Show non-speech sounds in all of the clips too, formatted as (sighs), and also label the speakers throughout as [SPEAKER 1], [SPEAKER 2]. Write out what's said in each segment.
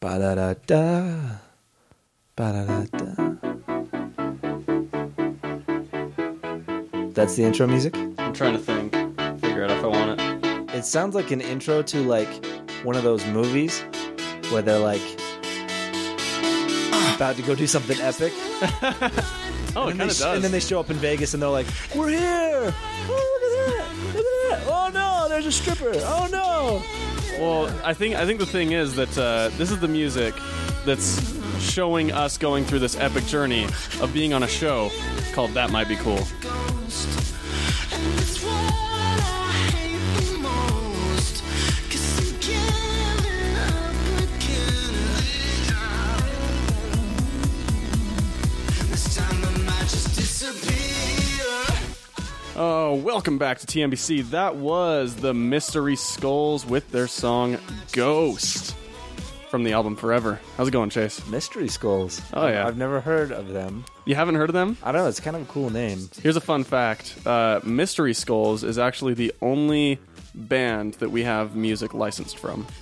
[SPEAKER 1] Ba da da da. Ba da da da. That's the intro music?
[SPEAKER 2] I'm trying to think, figure out if I want it.
[SPEAKER 1] It sounds like an intro to like one of those movies where they're like about to go do something epic.
[SPEAKER 2] Oh, it
[SPEAKER 1] And
[SPEAKER 2] kind
[SPEAKER 1] they
[SPEAKER 2] of
[SPEAKER 1] sh- And
[SPEAKER 2] does.
[SPEAKER 1] then they show up in Vegas and they're like, "We're here! Oh, look at that! Look at that! Oh no, there's a stripper! Oh no!"
[SPEAKER 2] well, I think I think the thing is that uh, this is the music that's showing us going through this epic journey of being on a show called That Might Be Cool. Oh, welcome back to TMBC. That was the Mystery Skulls with their song Ghost from the album Forever. How's it going, Chase?
[SPEAKER 1] Mystery Skulls.
[SPEAKER 2] Oh, yeah.
[SPEAKER 1] I've never heard of them.
[SPEAKER 2] You haven't heard of them?
[SPEAKER 1] I don't know. It's kind of a cool name.
[SPEAKER 2] Here's a fun fact uh, Mystery Skulls is actually the only band that we have music licensed from. (laughs)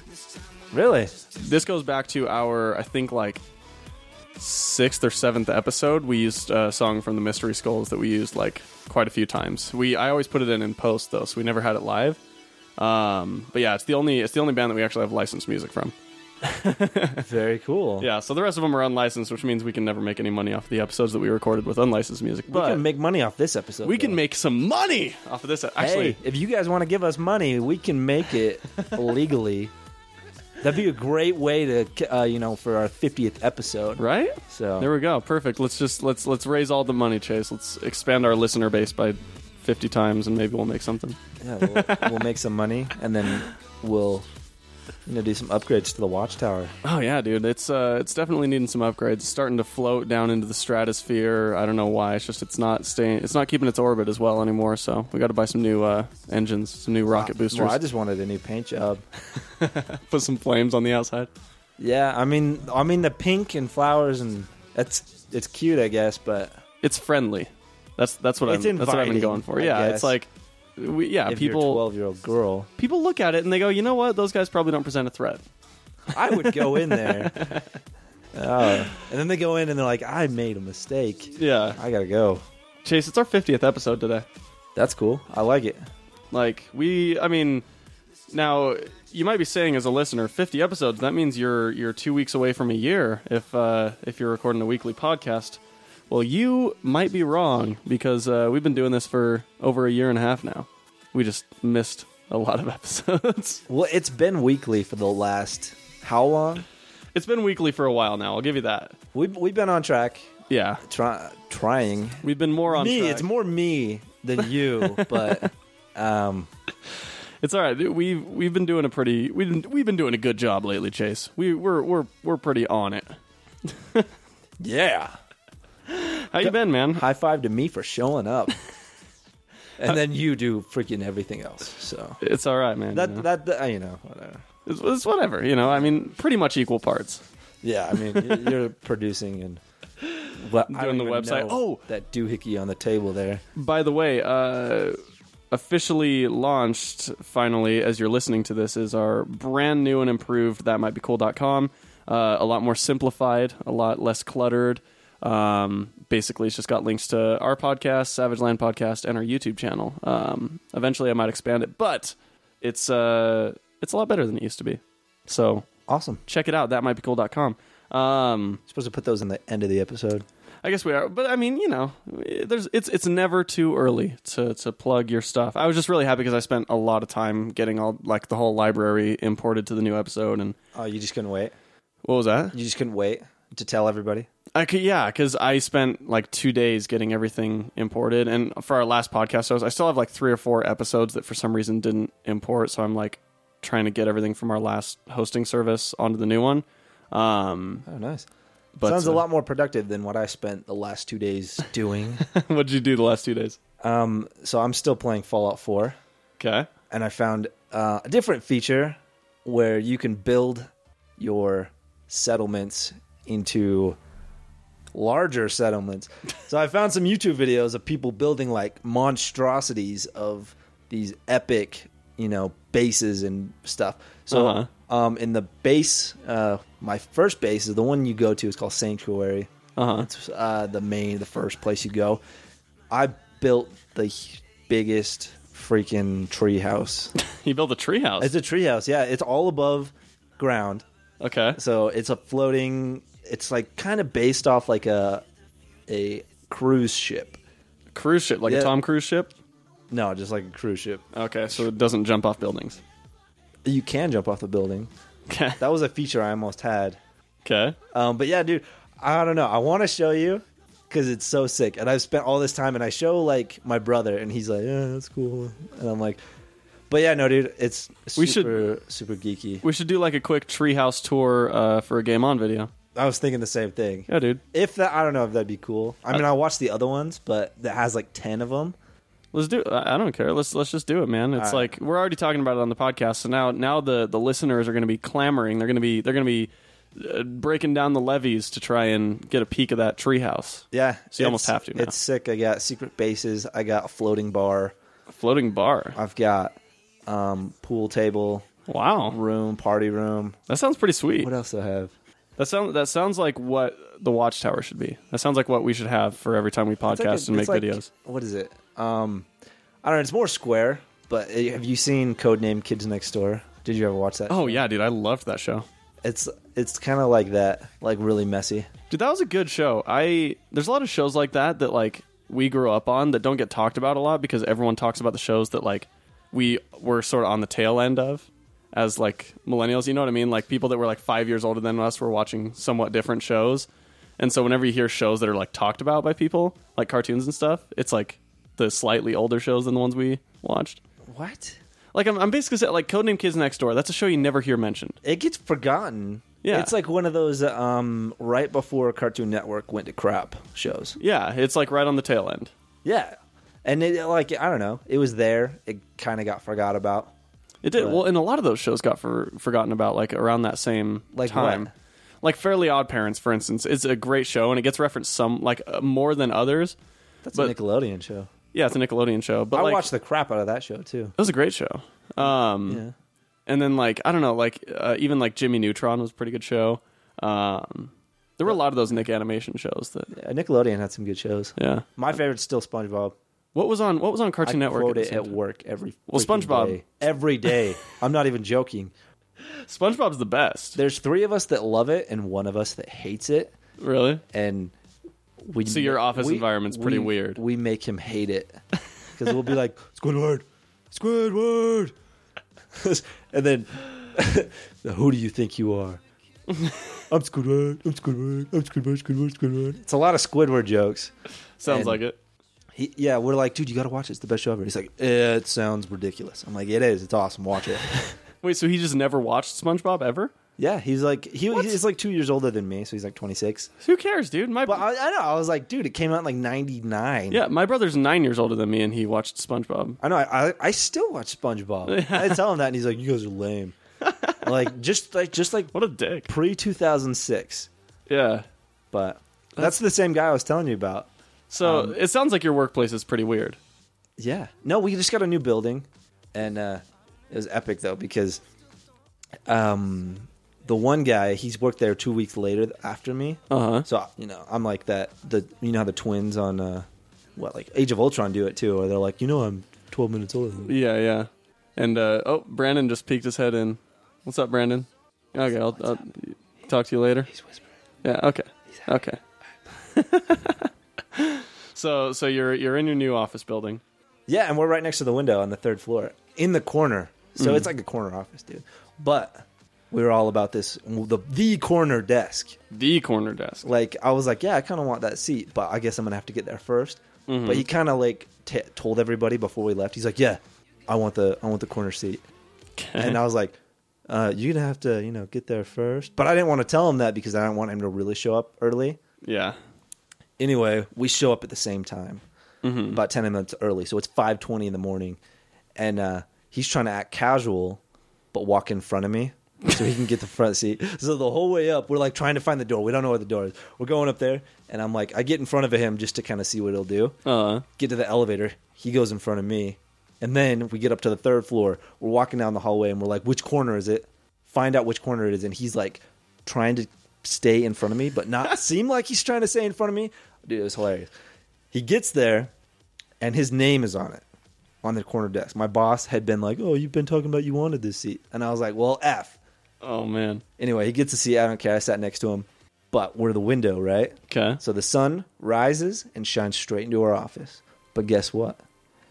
[SPEAKER 1] Really?
[SPEAKER 2] This goes back to our, I think, like sixth or seventh episode. We used a song from the Mystery Skulls that we used like quite a few times. We I always put it in in post though, so we never had it live. Um, but yeah, it's the only it's the only band that we actually have licensed music from.
[SPEAKER 1] Very cool.
[SPEAKER 2] Yeah, so the rest of them are unlicensed, which means we can never make any money off the episodes that we recorded with unlicensed music.
[SPEAKER 1] We
[SPEAKER 2] But
[SPEAKER 1] can make money off this episode.
[SPEAKER 2] we can
[SPEAKER 1] though.
[SPEAKER 2] make some money off of this. Actually,
[SPEAKER 1] Hey, if you guys want to give us money, we can make
[SPEAKER 2] (laughs)
[SPEAKER 1] it legally. That'd be a great way to, uh, you know, for our fiftieth episode.
[SPEAKER 2] right?
[SPEAKER 1] So
[SPEAKER 2] There we go. Perfect. Let's just let's let's raise all the money, Chase. Let's expand our listener base by fifty times, and maybe we'll make something.
[SPEAKER 1] yeah, we'll, we'll make some money, and then we'll, you know, do some upgrades to the watchtower.
[SPEAKER 2] Oh yeah, dude. It's uh, it's definitely needing some upgrades. It's starting to float down into the stratosphere. I don't know why. It's just it's not staying. It's not keeping its orbit as well anymore. So we got to buy some new uh, engines, some new rocket boosters.
[SPEAKER 1] Well, I just wanted a new paint job.
[SPEAKER 2] Uh, put some flames on the outside.
[SPEAKER 1] Yeah, I mean, I mean the pink and flowers and that's it's cute, I guess, but
[SPEAKER 2] It's friendly. That's that's what
[SPEAKER 1] It's
[SPEAKER 2] I'm. That's what I've been
[SPEAKER 1] inviting,
[SPEAKER 2] going for.
[SPEAKER 1] I
[SPEAKER 2] yeah,
[SPEAKER 1] guess.
[SPEAKER 2] it's like, we, yeah,
[SPEAKER 1] if you're a
[SPEAKER 2] Uh, people
[SPEAKER 1] twelve year old girl,
[SPEAKER 2] people look at it and they go, you know what? Those guys probably don't present a threat.
[SPEAKER 1] I would go in
[SPEAKER 2] (laughs)
[SPEAKER 1] there. Oh. and then they go in and they're like, "I made a mistake.
[SPEAKER 2] Yeah,
[SPEAKER 1] I gotta go."
[SPEAKER 2] Chase, it's our fiftieth episode today.
[SPEAKER 1] That's cool. I like it.
[SPEAKER 2] Like we, I mean, now you might be saying as a listener, fifty episodes. That means you're you're two weeks away from a year if uh, if you're recording a weekly podcast. Well, you might be wrong because uh, we've been doing this for over a year and a half now. We just missed a lot of (laughs) episodes.
[SPEAKER 1] Well, it's been weekly for the last how long?
[SPEAKER 2] it's been weekly for a while now. I'll give you that.
[SPEAKER 1] We've we've been on track,
[SPEAKER 2] Yeah,
[SPEAKER 1] try, trying.
[SPEAKER 2] we've been more on
[SPEAKER 1] me,
[SPEAKER 2] track.
[SPEAKER 1] it's more me than (laughs) you, but um,
[SPEAKER 2] It's all right. We've we've been doing a pretty we've been, we've been doing a good job lately, Chase. We we're we're we're pretty on it.
[SPEAKER 1] yeah.
[SPEAKER 2] How you been, man?
[SPEAKER 1] high five to me for showing up. (laughs) and then you do freaking everything else. So
[SPEAKER 2] It's all right, man.
[SPEAKER 1] that
[SPEAKER 2] you know?
[SPEAKER 1] that, that you know whatever.
[SPEAKER 2] it's, it's whatever, you know. I mean, pretty much equal parts.
[SPEAKER 1] Yeah, I mean y- you're (laughs) producing and what I
[SPEAKER 2] Doing
[SPEAKER 1] don't
[SPEAKER 2] the
[SPEAKER 1] even
[SPEAKER 2] website.
[SPEAKER 1] know
[SPEAKER 2] Oh!
[SPEAKER 1] that doohickey on the table there.
[SPEAKER 2] By the way, uh, officially launched finally as you're listening to this is our brand new and improved that might be cool.com. Uh, a lot more simplified, a lot less cluttered. Um, basically, it's just got links to our podcast, Savage Land Podcast, and our YouTube channel. Um, eventually, I might expand it, but it's uh, it's a lot better than it used to be. So
[SPEAKER 1] Awesome.
[SPEAKER 2] check it out. That might be cool.com. Um,
[SPEAKER 1] supposed to put those in the end of the episode.
[SPEAKER 2] I guess we are, but I mean, you know, there's it's it's never too early to to plug your stuff. I was just really happy because I spent a lot of time getting all like the whole library imported to the new episode, and
[SPEAKER 1] Oh, you just couldn't wait.
[SPEAKER 2] what was that?
[SPEAKER 1] You just couldn't wait to tell everybody.
[SPEAKER 2] I could, yeah, because I spent like two days getting everything imported, and for our last podcast, I, was, I still have like three or four episodes that for some reason didn't import, so I'm like trying to get everything from our last hosting service onto the new one. Um, (laughs)
[SPEAKER 1] Oh, nice.
[SPEAKER 2] But,
[SPEAKER 1] Sounds a
[SPEAKER 2] uh,
[SPEAKER 1] lot more productive than what I spent the last two days doing.
[SPEAKER 2] what'd you do the last two days?
[SPEAKER 1] um, so I'm still playing Fallout 4.
[SPEAKER 2] Okay,
[SPEAKER 1] and I found uh, a different feature where you can build your settlements into larger settlements. so I found some YouTube videos of people building like monstrosities of these epic, you know, bases and stuff. So
[SPEAKER 2] Uh-huh.
[SPEAKER 1] Um, in the base, uh, my first base is the one you go to is called Sanctuary.
[SPEAKER 2] Uh-huh.
[SPEAKER 1] It's uh, the main, the first place you go. I built the h- biggest freaking tree house.
[SPEAKER 2] You built a treehouse.
[SPEAKER 1] It's a tree house, yeah. It's all above ground,
[SPEAKER 2] okay.
[SPEAKER 1] so it's a floating. It's like kind of based off like a a cruise ship.
[SPEAKER 2] Cruise ship, like a
[SPEAKER 1] Yeah.
[SPEAKER 2] Tom Cruise ship.
[SPEAKER 1] No, just like a cruise ship.
[SPEAKER 2] Okay, so it doesn't jump off buildings. (laughs)
[SPEAKER 1] You can jump off the building.
[SPEAKER 2] Okay.
[SPEAKER 1] That was a feature I almost had.
[SPEAKER 2] Okay.
[SPEAKER 1] Um, but yeah, dude, I don't know. I want to show you because it's so sick. And I've spent all this time, and I show like my brother, and he's like, "Yeah, that's cool," and I'm like, "But yeah, no, dude, it's super,
[SPEAKER 2] We
[SPEAKER 1] super geeky."
[SPEAKER 2] We should do like a quick treehouse tour uh, for a game on video.
[SPEAKER 1] I was thinking the same thing.
[SPEAKER 2] Yeah, dude.
[SPEAKER 1] If that, I don't know if that'd be cool. I mean, I watched the other ones, but that has like ten of them.
[SPEAKER 2] Let's do. I I don't care. Let's let's just do it, man. It's
[SPEAKER 1] All
[SPEAKER 2] like we're already talking about it on the podcast. So now now the the listeners are going to be clamoring. They're going to be they're going to be uh, breaking down the levees to try and get a peek of that treehouse.
[SPEAKER 1] Yeah,
[SPEAKER 2] So you almost
[SPEAKER 1] it's-
[SPEAKER 2] have to now.
[SPEAKER 1] It's sick. I got secret bases. I got a floating bar.
[SPEAKER 2] Floating bar.
[SPEAKER 1] I've got um, pool table,
[SPEAKER 2] Wow,
[SPEAKER 1] room, party room.
[SPEAKER 2] that sounds pretty sweet.
[SPEAKER 1] What else do I have?
[SPEAKER 2] That sounds that sounds like what the watchtower should be. That sounds like what we should have for every time we podcast
[SPEAKER 1] It's like a-
[SPEAKER 2] and make
[SPEAKER 1] it's like-
[SPEAKER 2] videos.
[SPEAKER 1] What is it? Um, I don't know. It's more square. But uh, have you seen Codename Kids Next Door? Did you ever watch that?
[SPEAKER 2] Oh yeah, dude, I loved that show.
[SPEAKER 1] It's it's kind of like that, like really messy.
[SPEAKER 2] Dude, that was a good show. I there's a lot of shows like that that like we grew up on that don't get talked about a lot because everyone talks about the shows that like we were sort of on the tail end of as like millennials. You know what I mean? Like people that were like five years older than us were watching somewhat different shows, and so whenever you hear shows that are like talked about by people like cartoons and stuff, it's like the slightly older shows than the ones we watched.
[SPEAKER 1] What?
[SPEAKER 2] Like I'm, I'm basically saying, like Codename Kids Next Door. That's a show you never hear mentioned.
[SPEAKER 1] It gets forgotten.
[SPEAKER 2] Yeah.
[SPEAKER 1] it's like one of those um, right before Cartoon Network went to crap shows.
[SPEAKER 2] Yeah, it's like right on the tail end.
[SPEAKER 1] Yeah, and it like I don't know, it was there. It kind of got forgot about.
[SPEAKER 2] It did
[SPEAKER 1] But-
[SPEAKER 2] well, and a lot of those shows got for, forgotten about like around that same
[SPEAKER 1] Like
[SPEAKER 2] time.
[SPEAKER 1] what?
[SPEAKER 2] Like Fairly Odd Parents, for instance, is a great show, and it gets referenced some like uh, more than others.
[SPEAKER 1] That's a
[SPEAKER 2] But-
[SPEAKER 1] Nickelodeon show.
[SPEAKER 2] Yeah, it's a Nickelodeon show, but
[SPEAKER 1] I
[SPEAKER 2] like,
[SPEAKER 1] watched the crap out of that show too.
[SPEAKER 2] it was a great show. Um,
[SPEAKER 1] Yeah.
[SPEAKER 2] and then like I don't know, like uh, even like Jimmy Neutron was a pretty good show. Um, there were a lot of those Nick animation shows that
[SPEAKER 1] Yeah, Nickelodeon had some good shows.
[SPEAKER 2] yeah.
[SPEAKER 1] My favorite's still SpongeBob.
[SPEAKER 2] What was on What was on Cartoon
[SPEAKER 1] I
[SPEAKER 2] Network?
[SPEAKER 1] quote
[SPEAKER 2] at
[SPEAKER 1] it
[SPEAKER 2] the same
[SPEAKER 1] at
[SPEAKER 2] time?
[SPEAKER 1] work every
[SPEAKER 2] Well,
[SPEAKER 1] freaking
[SPEAKER 2] SpongeBob.
[SPEAKER 1] day. every day.
[SPEAKER 2] (laughs)
[SPEAKER 1] I'm not even joking.
[SPEAKER 2] SpongeBob's the best.
[SPEAKER 1] There's three of us that love it and one of us that hates it,
[SPEAKER 2] Really?
[SPEAKER 1] and we.
[SPEAKER 2] So your office environment's pretty
[SPEAKER 1] we-
[SPEAKER 2] weird.
[SPEAKER 1] We make him hate
[SPEAKER 2] (laughs)
[SPEAKER 1] it because we'll be like Squidward, Squidward, (laughs) and then (laughs) who do you think you
[SPEAKER 2] (laughs)
[SPEAKER 1] are? I'm Squidward. I'm Squidward. I'm Squidward. Squidward. Squidward. It's a lot of Squidward jokes.
[SPEAKER 2] Sounds
[SPEAKER 1] and-
[SPEAKER 2] like it.
[SPEAKER 1] He, yeah, we're like, dude, you got to watch it. It's the best show ever. He's like, it sounds ridiculous. I'm like, it is. It's awesome. Watch
[SPEAKER 2] (laughs)
[SPEAKER 1] it.
[SPEAKER 2] Wait, so he just never watched SpongeBob ever?
[SPEAKER 1] Yeah, he's like he, he's like two years older than me, so he's like twenty six.
[SPEAKER 2] Who cares, dude? My
[SPEAKER 1] But I, I know I was like, dude, it came out in like ninety nine.
[SPEAKER 2] Yeah, my brother's nine years older than me, and he watched SpongeBob.
[SPEAKER 1] I know. I, I, I still watch SpongeBob. I tell him that, and he's like, you guys are lame. like just like just like
[SPEAKER 2] What a dick!
[SPEAKER 1] pre two thousand six.
[SPEAKER 2] Yeah.
[SPEAKER 1] But that's the same guy I was telling you about.
[SPEAKER 2] So it sounds like your workplace is pretty weird.
[SPEAKER 1] Yeah. No, we just got a new building, and uh, it was epic though because um, the one guy he's worked there two weeks later after me.
[SPEAKER 2] Uh huh.
[SPEAKER 1] So you know, I'm like that. The you know how the twins on uh, what like Age of Ultron do it too, or they're like, you know, I'm 12 minutes older. Than you.
[SPEAKER 2] Yeah, yeah. And uh, oh, Brandon just peeked his head in. What's up, Brandon? Okay, I'll, I'll talk to you later.
[SPEAKER 1] He's whispering.
[SPEAKER 2] Yeah. Okay. Okay. (laughs) so so you're you're in your new office building.
[SPEAKER 1] Yeah, and we're right next to the window on the third floor, in the corner. So it's like a corner office, dude. But we were all about this the the corner desk.
[SPEAKER 2] The corner desk.
[SPEAKER 1] Like I was like, yeah, I kind of want that seat, but I guess I'm gonna have to get there 1st But he kind of like t- told everybody before we left. He's like, yeah, I want the I want the corner seat. and I was like, uh, "You're gonna have to, you know, get there first. But I didn't want to tell him that because I didn't want him to really show up early.
[SPEAKER 2] Yeah.
[SPEAKER 1] Anyway, we show up at the same time, about ten minutes early, so it's five twenty in the morning, and uh, he's trying to act casual, but walk in front of me so he can get the front seat. (laughs) So the whole way up, we're like trying to find the door. We don't know where the door is. We're going up there, and I'm like, I get in front of him just to kind of see what he'll do
[SPEAKER 2] Uh.
[SPEAKER 1] get to the elevator. He goes in front of me. And then we get up to the third floor. We're walking down the hallway and we're like, which corner is it? find out which corner it is, and he's like trying to stay in front of me, but not seem like he's trying to stay in front of me. Dude, it was hilarious. He gets there, and his name is on it, on the corner desk. My boss had been like, "Oh, you've been talking about you wanted this seat," and I was like, "Well, f."
[SPEAKER 2] Oh man.
[SPEAKER 1] Anyway, he gets a seat. I don't care. I sat next to him, but we're the window, right?
[SPEAKER 2] Okay.
[SPEAKER 1] So the sun rises and shines straight into our office. But guess what?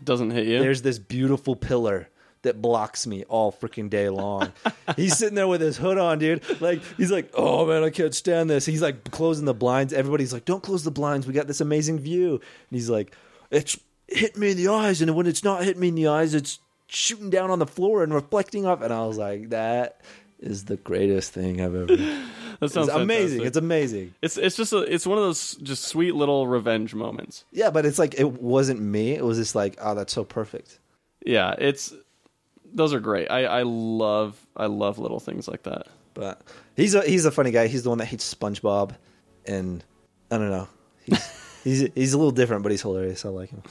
[SPEAKER 2] Doesn't hit you.
[SPEAKER 1] There's this beautiful pillar that blocks me all freaking day long. he's sitting there with his hood on, dude. Like he's like, "Oh man, I can't stand this." He's like closing the blinds. Everybody's like, "Don't close the blinds. We got this amazing view." And he's like, "It's hit me in the eyes, and when it's not hitting me in the eyes, it's shooting down on the floor and reflecting off." And I was like, "That is the greatest thing I've ever."
[SPEAKER 2] that sounds
[SPEAKER 1] It's amazing.
[SPEAKER 2] fantastic.
[SPEAKER 1] It's amazing.
[SPEAKER 2] It's it's just a, it's one of those just sweet little revenge moments.
[SPEAKER 1] Yeah, but it's like it wasn't me. It was just like, oh, that's so perfect.
[SPEAKER 2] Yeah, it's those are great. I I love I love little things like that.
[SPEAKER 1] But he's a he's a funny guy. He's the one that hates SpongeBob, and I don't know. He's he's, he's a little different, but he's hilarious. I like him.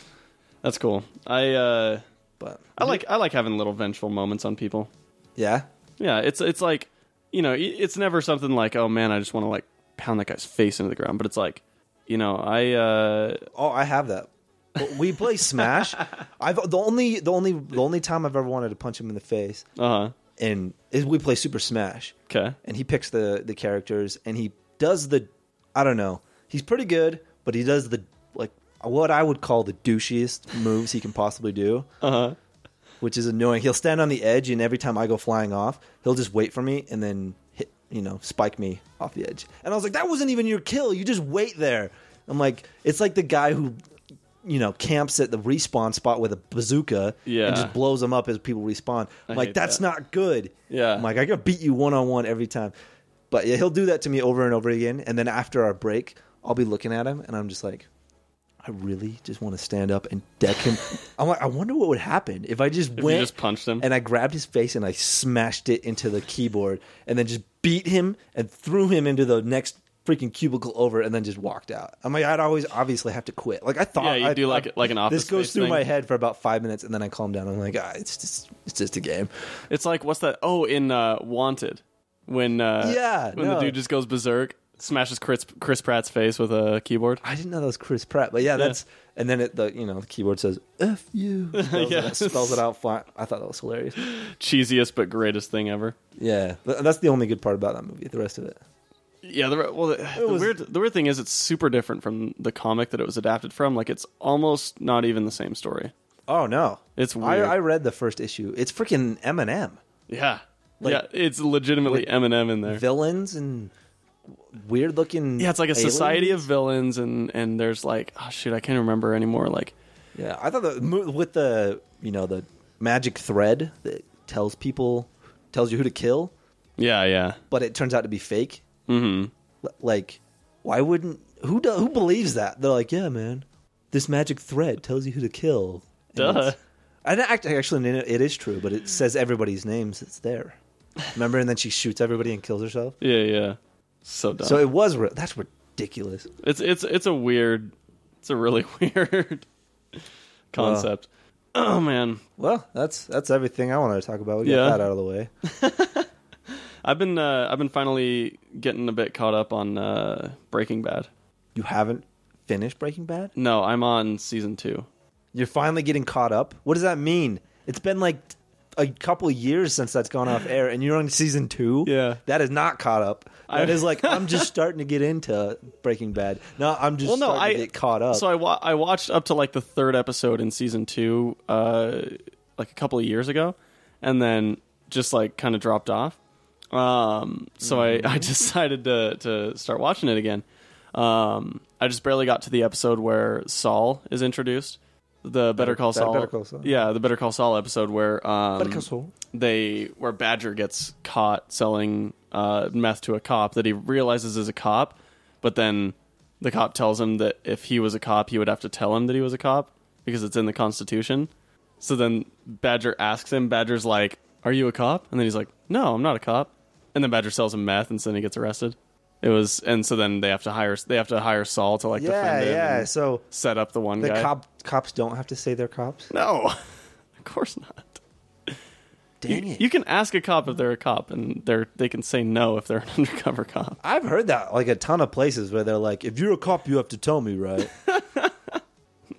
[SPEAKER 2] That's cool. I uh
[SPEAKER 1] But
[SPEAKER 2] I like I like having little vengeful moments on people.
[SPEAKER 1] yeah,
[SPEAKER 2] Yeah, it's it's like you know i- it's never something like oh man I just want to like pound that guy's face into the ground, but it's like you know I uh
[SPEAKER 1] oh, I have that. But we play Smash. I've the only the only the only time I've ever wanted to punch him in the face,
[SPEAKER 2] uh huh
[SPEAKER 1] and is we play Super Smash.
[SPEAKER 2] okay
[SPEAKER 1] and he picks the the characters and he does the I don't know. He's pretty good, but he does the like what I would call the douchiest moves he can possibly do,
[SPEAKER 2] uh huh
[SPEAKER 1] which is annoying. He'll stand on the edge and every time I go flying off, he'll just wait for me and then hit, you know, spike me off the edge. And I was like, that wasn't even your kill. You just wait there. I'm like, it's like the guy who you know, camps at the respawn spot with a bazooka
[SPEAKER 2] Yeah.
[SPEAKER 1] and just blows them up as people respawn. I'm
[SPEAKER 2] I
[SPEAKER 1] like,
[SPEAKER 2] hate
[SPEAKER 1] that's
[SPEAKER 2] that.
[SPEAKER 1] not good.
[SPEAKER 2] Yeah.
[SPEAKER 1] I'm like, I gotta beat you one on one every time. But yeah, he'll do that to me over and over again. And then after our break, I'll be looking at him and I'm just like, I really just want to stand up and deck
[SPEAKER 2] (laughs)
[SPEAKER 1] him. I'm like, I wonder what would happen if I just
[SPEAKER 2] If
[SPEAKER 1] went
[SPEAKER 2] you just punched him
[SPEAKER 1] and I grabbed his face and I smashed it into the keyboard and then just beat him and threw him into the next freaking cubicle over and then just walked out. I'm like, I'd always obviously have to quit. Like I thought,
[SPEAKER 2] Yeah, you
[SPEAKER 1] I,
[SPEAKER 2] do like-
[SPEAKER 1] I-
[SPEAKER 2] like an Office
[SPEAKER 1] This goes
[SPEAKER 2] Space
[SPEAKER 1] through
[SPEAKER 2] thing.
[SPEAKER 1] my head for about five minutes and then I calm down. I'm like, ah, it's just it's just a game.
[SPEAKER 2] It's like what's that? Oh, in uh, Wanted, when uh,
[SPEAKER 1] Yeah,
[SPEAKER 2] when
[SPEAKER 1] no.
[SPEAKER 2] the dude just goes berserk, smashes Chris Chris Pratt's face with a
[SPEAKER 1] (laughs)
[SPEAKER 2] keyboard.
[SPEAKER 1] I didn't know that was Chris Pratt, but yeah, that's and then it, the you know the keyboard says "f
[SPEAKER 2] (laughs)
[SPEAKER 1] you" spells,
[SPEAKER 2] Yeah.
[SPEAKER 1] it, out- spells it out flat. I thought that was hilarious.
[SPEAKER 2] Cheesiest but greatest thing ever.
[SPEAKER 1] Yeah, Th- that's the only good part about that movie. The rest of it,
[SPEAKER 2] Yeah, the, well, the, the
[SPEAKER 1] was-
[SPEAKER 2] weird the weird thing is it's super different from the comic that it was adapted from. Like it's almost not even the same story.
[SPEAKER 1] oh no,
[SPEAKER 2] It's
[SPEAKER 1] I,
[SPEAKER 2] weird.
[SPEAKER 1] I read the first issue. It's freaking Eminem.
[SPEAKER 2] Yeah,
[SPEAKER 1] Like-
[SPEAKER 2] yeah, it's legitimately Eminem in there.
[SPEAKER 1] villains and weird looking.
[SPEAKER 2] yeah, it's like a society of villains, and and there's like oh shoot, I can't remember anymore. Like
[SPEAKER 1] Yeah, I thought the mo- with the you know the magic thread that tells people tells you who to kill,
[SPEAKER 2] yeah, yeah,
[SPEAKER 1] but it turns out to be fake. Mm-hmm. Like, why wouldn't who do, who believes that? They're like, yeah, man, this magic thread tells you who to kill. And
[SPEAKER 2] Duh.
[SPEAKER 1] it's- I don't act- actually it is true, but it says everybody's names. It's there. Remember, and then she shoots everybody and kills herself.
[SPEAKER 2] yeah, yeah. So dumb.
[SPEAKER 1] So it was re- that's ridiculous.
[SPEAKER 2] It's it's it's a weird, it's a really (laughs) weird concept. oh man,
[SPEAKER 1] Well, that's that's everything I wanted to talk about. We got
[SPEAKER 2] Yeah.
[SPEAKER 1] that out of the way.
[SPEAKER 2] I've been uh, I've been finally getting a bit caught up on uh, Breaking Bad.
[SPEAKER 1] You haven't finished Breaking Bad?
[SPEAKER 2] No, I'm on season two.
[SPEAKER 1] You're finally getting caught up? What does that mean? It's been like a couple of years since that's gone off air and you're on season 2?
[SPEAKER 2] Yeah.
[SPEAKER 1] That is not caught up. That
[SPEAKER 2] I- (laughs)
[SPEAKER 1] is like I'm just starting to get into Breaking Bad. No, I'm just
[SPEAKER 2] Well, no,
[SPEAKER 1] starting
[SPEAKER 2] I
[SPEAKER 1] to get caught up.
[SPEAKER 2] So I wa- I watched up to like the third episode in season two, uh, like a couple of years ago, and then just like kind of dropped off. Um, so I (laughs) I decided to to start watching it again. Um, I just barely got to the episode where Saul is introduced. The Better Call
[SPEAKER 1] Better-
[SPEAKER 2] Saul,
[SPEAKER 1] Better Call Saul.
[SPEAKER 2] yeah, the Better Call Saul episode where um,
[SPEAKER 1] Better Call Saul.
[SPEAKER 2] they where Badger gets caught selling uh, meth to a cop that he realizes is a cop, but then the cop tells him that if he was a cop, he would have to tell him that he was a cop because it's in the Constitution. So then Badger asks him. Badger's like, "Are you a cop?" And then he's like, "No, I'm not a cop." And then Badger sells him meth, and so then he gets arrested. It was, and so then they have to hire they have to hire Saul to like
[SPEAKER 1] yeah,
[SPEAKER 2] defend him,
[SPEAKER 1] yeah.
[SPEAKER 2] and
[SPEAKER 1] So
[SPEAKER 2] set up the one
[SPEAKER 1] the
[SPEAKER 2] guy. (laughs)
[SPEAKER 1] cop cops don't have to say they're cops.
[SPEAKER 2] no, of course not.
[SPEAKER 1] Dang
[SPEAKER 2] you,
[SPEAKER 1] it.
[SPEAKER 2] you can ask a cop if they're a cop, and they're they can say no if they're an (laughs) undercover cop.
[SPEAKER 1] I've heard that like a ton of places where they're like, if you're a cop, you have to tell me,
[SPEAKER 2] (laughs)
[SPEAKER 1] right?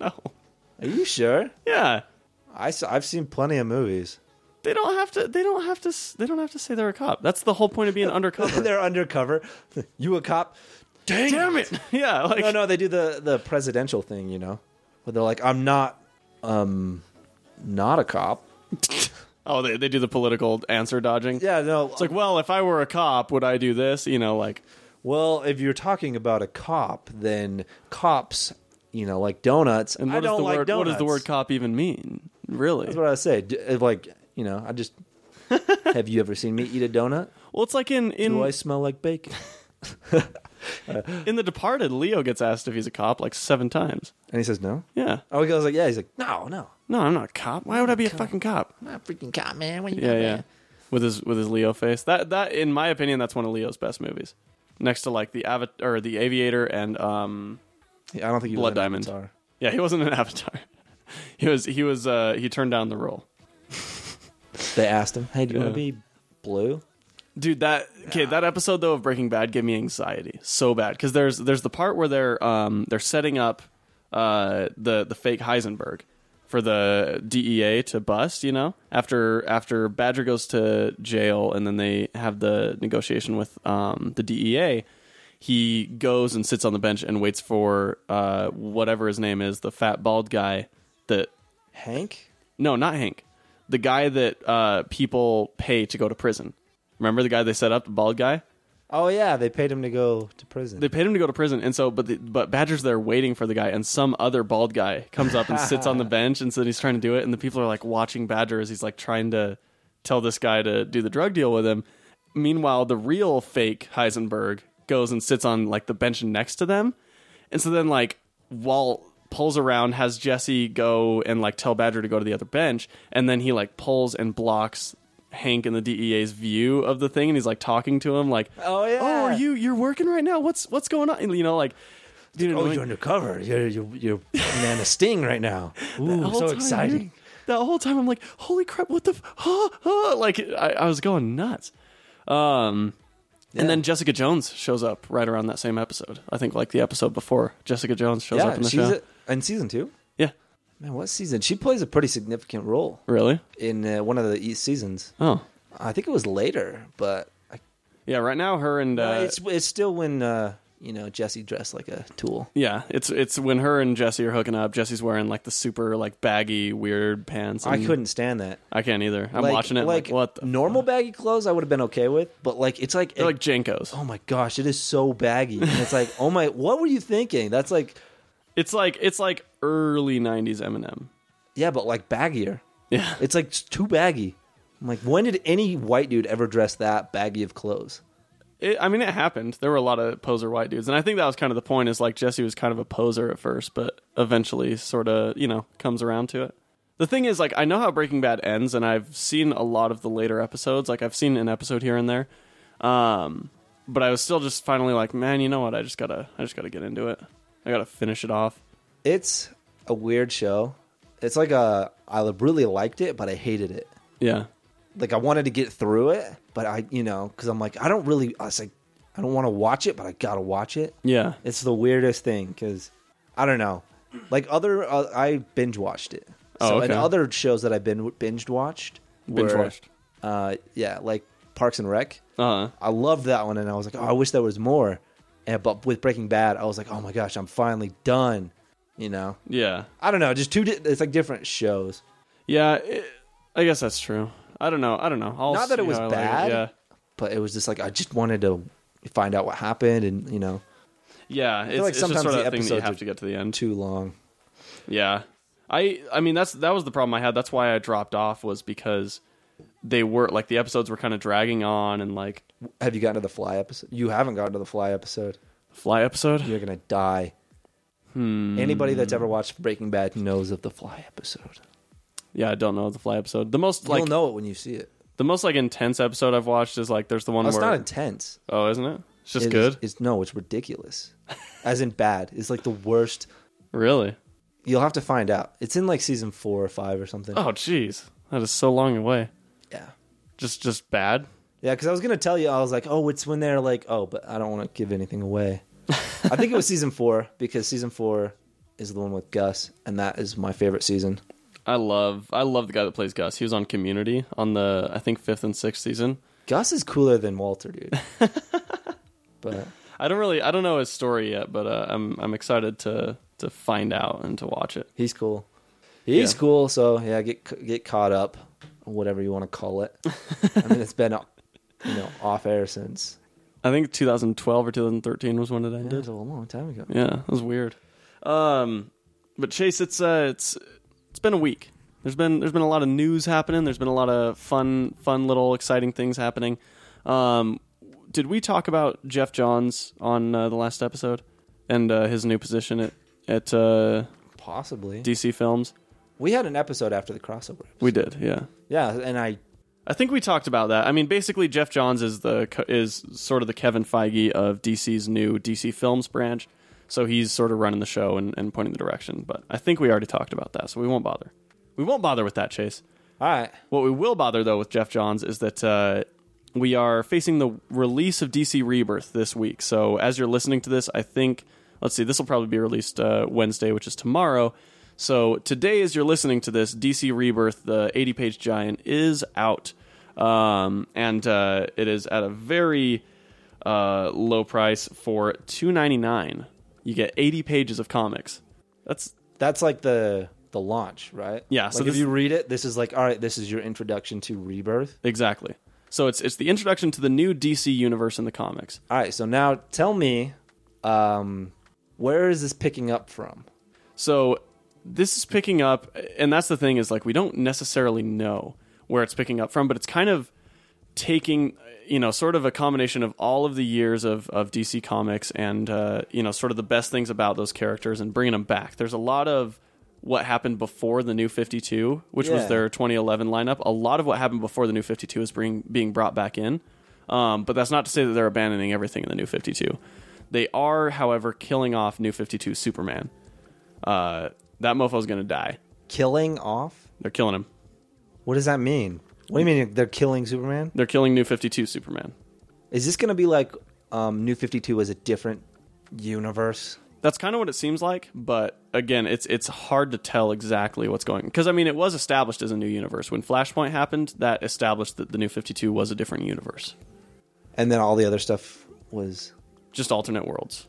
[SPEAKER 2] No,
[SPEAKER 1] Are you sure?
[SPEAKER 2] yeah,
[SPEAKER 1] I have seen plenty of movies.
[SPEAKER 2] they don't have to. They don't have to. s- They don't have to say they're a cop. That's the whole point of being
[SPEAKER 1] (laughs)
[SPEAKER 2] undercover.
[SPEAKER 1] they're undercover. You a cop? Dang.
[SPEAKER 2] Damn it! (laughs) Yeah, like
[SPEAKER 1] No, no, they do the the presidential thing, you know, where they're like, I'm not, um, not a cop.
[SPEAKER 2] oh, they they do the political answer dodging.
[SPEAKER 1] Yeah, no.
[SPEAKER 2] It's like, well, if I were a cop, would I do this? You know, like
[SPEAKER 1] well, if you're talking about a cop, then cops, you know, like donuts.
[SPEAKER 2] And
[SPEAKER 1] I
[SPEAKER 2] what does
[SPEAKER 1] don't
[SPEAKER 2] the
[SPEAKER 1] like
[SPEAKER 2] word,
[SPEAKER 1] donuts.
[SPEAKER 2] What does the word "cop" even mean? Really?
[SPEAKER 1] That's what I say. D- if, Like, you know, I
[SPEAKER 2] (laughs)
[SPEAKER 1] just. have you ever seen me eat a donut?
[SPEAKER 2] Well, it's like in in
[SPEAKER 1] Do I smell like bacon?
[SPEAKER 2] in The Departed, Leo gets asked if he's a cop like seven times.
[SPEAKER 1] And he says no.
[SPEAKER 2] Yeah.
[SPEAKER 1] Oh, he goes like, yeah. He's like, no, no,
[SPEAKER 2] No, I'm not a cop. Why would I be a fucking cop?
[SPEAKER 1] I'm not a freaking cop, man. What you
[SPEAKER 2] Yeah,
[SPEAKER 1] doing,
[SPEAKER 2] yeah.
[SPEAKER 1] man?"
[SPEAKER 2] With his with his Leo face. That that in my opinion, that's one of Leo's best movies. Next to like the Ava- or the Aviator and um
[SPEAKER 1] Yeah, I don't think he was
[SPEAKER 2] Blood
[SPEAKER 1] in
[SPEAKER 2] Diamond.
[SPEAKER 1] Avatar.
[SPEAKER 2] yeah, he wasn't an (laughs) Avatar. he was he was uh he turned down the role.
[SPEAKER 1] They asked him, hey, do you
[SPEAKER 2] Yeah.
[SPEAKER 1] want to be blue?
[SPEAKER 2] Dude, that okay. That episode though of Breaking Bad gave me anxiety so bad because there's there's the part where they're um they're setting up uh the the fake Heisenberg for the DEA to bust. You know, after after Badger goes to jail and then they have the negotiation with um the DEA. He goes and sits on the bench and waits for uh whatever his name is, the fat bald guy that
[SPEAKER 1] Hank?
[SPEAKER 2] no, not Hank. The guy that uh, people pay to go to prison. Remember the guy they set up, the bald guy?
[SPEAKER 1] Oh yeah, they paid him to go to prison.
[SPEAKER 2] They paid him to go to prison, and so but the, but Badger's there waiting for the guy, and some other bald guy comes up and sits
[SPEAKER 1] (laughs)
[SPEAKER 2] on the bench, and so he's trying to do it, and the people are like watching Badger as he's like trying to tell this guy to do the drug deal with him. Meanwhile, the real fake Heisenberg goes and sits on like the bench next to them, and so then like Walt pulls around, has Jesse go and like tell Badger to go to the other bench, and then he like pulls and blocks Hank and the DEA's view of the thing, and he's like talking to him like,
[SPEAKER 1] Oh, yeah.
[SPEAKER 2] oh are you you're working right now? What's what's going on?" And, You know like. Dude,
[SPEAKER 1] oh,
[SPEAKER 2] annoying.
[SPEAKER 1] you're undercover. You're you're, you're man of Sting right now. Ooh,
[SPEAKER 2] (laughs) The whole
[SPEAKER 1] so
[SPEAKER 2] time,
[SPEAKER 1] exciting.
[SPEAKER 2] dude, that whole time I'm like, holy crap, what the, f- huh, huh," like I, I was going nuts. Um, and then Jessica Jones shows up right around that same episode. I think like the episode before Jessica Jones shows up
[SPEAKER 1] Yeah,
[SPEAKER 2] in the
[SPEAKER 1] she's
[SPEAKER 2] show.
[SPEAKER 1] a, in season two.
[SPEAKER 2] yeah,
[SPEAKER 1] Man, what season? She plays a pretty significant role
[SPEAKER 2] really?
[SPEAKER 1] in uh, one of the e- seasons.
[SPEAKER 2] Oh,
[SPEAKER 1] I think it was later, but I,
[SPEAKER 2] yeah. Right now, her and uh,
[SPEAKER 1] it's it's still when uh, you know Jesse dressed like a tool.
[SPEAKER 2] yeah, it's it's when her and Jesse are hooking up. Jesse's wearing like the super like baggy weird pants.
[SPEAKER 1] I
[SPEAKER 2] and-
[SPEAKER 1] couldn't stand that.
[SPEAKER 2] I can't either. I'm
[SPEAKER 1] Like-
[SPEAKER 2] watching it. I'm Like, what? The,
[SPEAKER 1] normal baggy clothes I would have been okay with, but like it's like,
[SPEAKER 2] they're like Jenkos.
[SPEAKER 1] oh my gosh, it is so baggy. And it's like, oh my, what were you thinking? That's like,
[SPEAKER 2] It's like it's like early '90s Eminem.
[SPEAKER 1] yeah, but like baggier.
[SPEAKER 2] Yeah.
[SPEAKER 1] It's like it's too baggy. I'm like, when did any white dude ever dress that baggy of clothes?
[SPEAKER 2] It, I mean, it happened. There were a lot of poser white dudes, and I think that was kind of the point. Is like Jesse was kind of a poser at first, but eventually, sort of, you know, comes around to it. The thing is, like, I know how Breaking Bad ends, and I've seen a lot of the later episodes. Like, I've seen an episode here and there, um, but I was still just finally like, man, you know what? I just gotta, I just gotta get into it. I gotta finish it off.
[SPEAKER 1] It's a weird show. It's like a I really liked it, but I hated it.
[SPEAKER 2] Yeah,
[SPEAKER 1] Like I wanted to get through it, but I you know because I'm like I don't really I was like I don't want to watch it, but I gotta watch it.
[SPEAKER 2] yeah,
[SPEAKER 1] It's the weirdest thing because I don't know. Like other, uh, I binge watched it.
[SPEAKER 2] Oh,
[SPEAKER 1] so, And
[SPEAKER 2] okay.
[SPEAKER 1] other shows that I bin binged watched. were,
[SPEAKER 2] binge watched.
[SPEAKER 1] Uh, yeah, like Parks and Rec.
[SPEAKER 2] Uh,
[SPEAKER 1] I loved that one, and I was like, oh, I wish there was more. And but with Breaking Bad, I was like, oh my gosh, I'm finally done. You know,
[SPEAKER 2] yeah,
[SPEAKER 1] I don't know, just two. Di- it's like different shows.
[SPEAKER 2] yeah. It, I guess that's true. I don't know. I don't know. I'll
[SPEAKER 1] Not that
[SPEAKER 2] see
[SPEAKER 1] it was
[SPEAKER 2] how I like
[SPEAKER 1] bad,
[SPEAKER 2] Yeah.
[SPEAKER 1] but it was just like I just wanted to find out what happened, and you know,
[SPEAKER 2] Yeah, it's,
[SPEAKER 1] like
[SPEAKER 2] it's just
[SPEAKER 1] sometimes
[SPEAKER 2] sort of
[SPEAKER 1] the
[SPEAKER 2] that thing that you
[SPEAKER 1] episodes
[SPEAKER 2] have
[SPEAKER 1] are
[SPEAKER 2] to get to the end.
[SPEAKER 1] too long.
[SPEAKER 2] Yeah, I I mean that's that was the problem I had. That's why I dropped off was because they were like the episodes were kind of dragging on and like
[SPEAKER 1] Have you gotten to the Fly episode? You haven't gotten to the Fly episode.
[SPEAKER 2] fly episode.
[SPEAKER 1] You're gonna die.
[SPEAKER 2] Hmm.
[SPEAKER 1] Anybody that's ever watched Breaking Bad knows of the Fly episode.
[SPEAKER 2] Yeah, I don't know the fly episode. The most like
[SPEAKER 1] You'll know it when you see it.
[SPEAKER 2] the most like intense episode I've watched is like there's the one
[SPEAKER 1] Oh, it's
[SPEAKER 2] where
[SPEAKER 1] not intense.
[SPEAKER 2] oh isn't it? It's just
[SPEAKER 1] It is-
[SPEAKER 2] good.
[SPEAKER 1] It's no, it's ridiculous. As in bad. It's like the worst.
[SPEAKER 2] really?
[SPEAKER 1] You'll have to find out. It's in like season four or five or something.
[SPEAKER 2] Oh jeez, that is so long away.
[SPEAKER 1] Yeah.
[SPEAKER 2] Just just bad.
[SPEAKER 1] Yeah, because I was gonna tell you, I was like, oh, it's when they're like, oh, but I don't want to give anything away. I think it was season four because season four is the one with Gus, and that is my favorite season.
[SPEAKER 2] I love I love the guy that plays Gus. He was on Community on the I think fifth and sixth season.
[SPEAKER 1] Gus is cooler than Walter,
[SPEAKER 2] (laughs)
[SPEAKER 1] dude. but
[SPEAKER 2] I don't really I don't know his story yet, but uh, I'm I'm excited to to find out and to watch it.
[SPEAKER 1] he's cool. He's
[SPEAKER 2] Yeah.
[SPEAKER 1] cool. So yeah, get get caught up, whatever you want to call it. I mean, it's been you know off air since
[SPEAKER 2] I think 2012 or 2013 was when it
[SPEAKER 1] it was
[SPEAKER 2] ended.
[SPEAKER 1] a long time ago.
[SPEAKER 2] Yeah, it was weird. Um, but Chase, it's uh, it's it's been a week. There's been there's been a lot of news happening. There's been a lot of fun fun little exciting things happening. Um, did we talk about Jeff Johns on uh, the last episode and uh, his new position at at uh,
[SPEAKER 1] Possibly.
[SPEAKER 2] DC Films?
[SPEAKER 1] We had an episode after the crossover.
[SPEAKER 2] We did, yeah.
[SPEAKER 1] Yeah, and I
[SPEAKER 2] I think we talked about that. I mean, basically, Jeff Johns is the is sort of the Kevin Feige of DC's new DC Films branch, so he's sort of running the show and, and pointing the direction. But I think we already talked about that, so we won't bother. We won't bother with that, Chase.
[SPEAKER 1] all right.
[SPEAKER 2] What we will bother though with Jeff Johns is that uh, we are facing the release of DC Rebirth this week. So as you're listening to this, I think let's see, this will probably be released uh, Wednesday, which is tomorrow. So today, as you're listening to this, DC Rebirth, the 80-page giant, is out, um, and uh, it is at a very uh, low price for 2.99. You get 80 pages of comics. That's
[SPEAKER 1] That's like the the launch, right?
[SPEAKER 2] Yeah,
[SPEAKER 1] Like
[SPEAKER 2] so
[SPEAKER 1] if
[SPEAKER 2] this-
[SPEAKER 1] you read it, this is like all right. This is your introduction to Rebirth.
[SPEAKER 2] exactly. So it's it's the introduction to the new DC universe in the comics.
[SPEAKER 1] All right. So now tell me, um, where is this picking up from?
[SPEAKER 2] So this is picking up, and that's the thing is like we don't necessarily know where it's picking up from, but it's kind of taking you know sort of a combination of all of the years of of DC Comics and uh, you know sort of the best things about those characters and bringing them back. There's a lot of what happened before the new 52 which was
[SPEAKER 1] Yeah.
[SPEAKER 2] their 2011 lineup a lot of what happened before the new 52 is being being brought back in um, but that's not to say that they're abandoning everything in the new 52 they are however killing off new 52 superman uh, that mofo's gonna die.
[SPEAKER 1] Killing off?
[SPEAKER 2] They're killing him.
[SPEAKER 1] What does that mean? What do you mean they're killing Superman?
[SPEAKER 2] They're killing New Fifty Two Superman.
[SPEAKER 1] Is this going to be like um, New Fifty Two as a different universe?
[SPEAKER 2] That's kind of what it seems like, but again, it's it's hard to tell exactly what's going. Because I mean, it was established as a new universe when Flashpoint happened. That established that the New Fifty Two was a different universe,
[SPEAKER 1] And then all the other stuff was
[SPEAKER 2] just alternate worlds.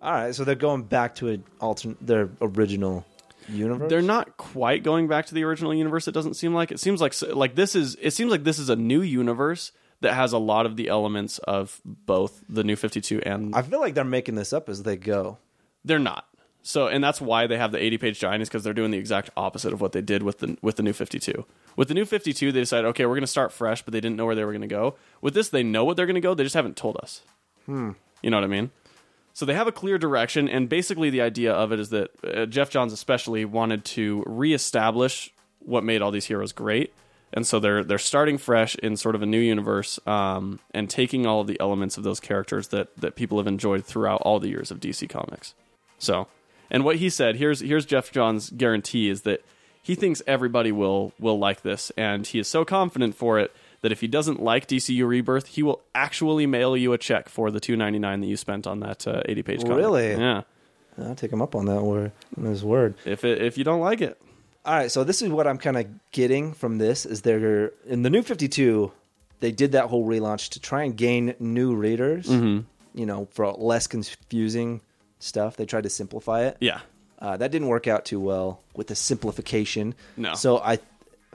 [SPEAKER 1] all right. So they're going back to an altern their original universe.
[SPEAKER 2] They're not quite going back to the original universe. It doesn't seem like it seems like like this is it seems like this is a new universe that has a lot of the elements of both the New Fifty Two and
[SPEAKER 1] I feel like they're making this up as they go.
[SPEAKER 2] They're not. So, and that's why they have the 80 page giant is because they're doing the exact opposite of what they did with the with the new 52. With the new 52, they decided, okay, we're going to start fresh, but they didn't know where they were going to go. With this, they know what they're going to go. They just haven't told us. You know what I mean? So they have a clear direction, and basically the idea of it is that uh, Jeff Johns especially wanted to reestablish what made all these heroes great, and so they're they're starting fresh in sort of a new universe um, and taking all of the elements of those characters that that people have enjoyed throughout all the years of DC Comics. So, and what he said here's here's Jeff Johns' guarantee is that he thinks everybody will will like this, and he is so confident for it that if he doesn't like DCU Rebirth, he will actually mail you a check for the two ninety nine that you spent on that uh, eighty page. Comic.
[SPEAKER 1] Really?
[SPEAKER 2] Yeah.
[SPEAKER 1] I'll take him up on that word, on his word.
[SPEAKER 2] If it, if you don't like it,
[SPEAKER 1] All right, so this is what I'm kind of getting from this is they're in the new 52, they did that whole relaunch to try and gain new readers,
[SPEAKER 2] Mm-hmm.
[SPEAKER 1] you know, for less confusing stuff. They tried to simplify it.
[SPEAKER 2] yeah,
[SPEAKER 1] Uh, that didn't work out too well with the simplification.
[SPEAKER 2] No.
[SPEAKER 1] So I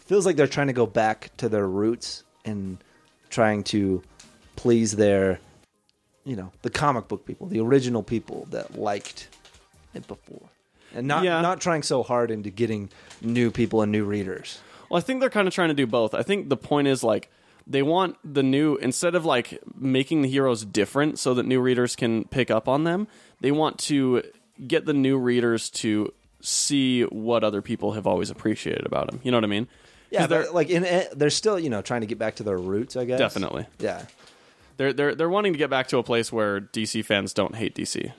[SPEAKER 1] feels like they're trying to go back to their roots and trying to please their, you know, the comic book people, the original people that liked it before, and not
[SPEAKER 2] Yeah.
[SPEAKER 1] not trying so hard into getting new people and new readers.
[SPEAKER 2] Well, I think they're kind of trying to do both. I think the point is like they want the new instead of like making the heroes different so that new readers can pick up on them, they want to get the new readers to see what other people have always appreciated about them. You know what I mean? 'Cause
[SPEAKER 1] Yeah,
[SPEAKER 2] they're
[SPEAKER 1] they're like in it, they're still you know trying to get back to their roots. I guess
[SPEAKER 2] Definitely.
[SPEAKER 1] Yeah,
[SPEAKER 2] they're they're they're wanting to get back to a place where DC fans don't hate DC.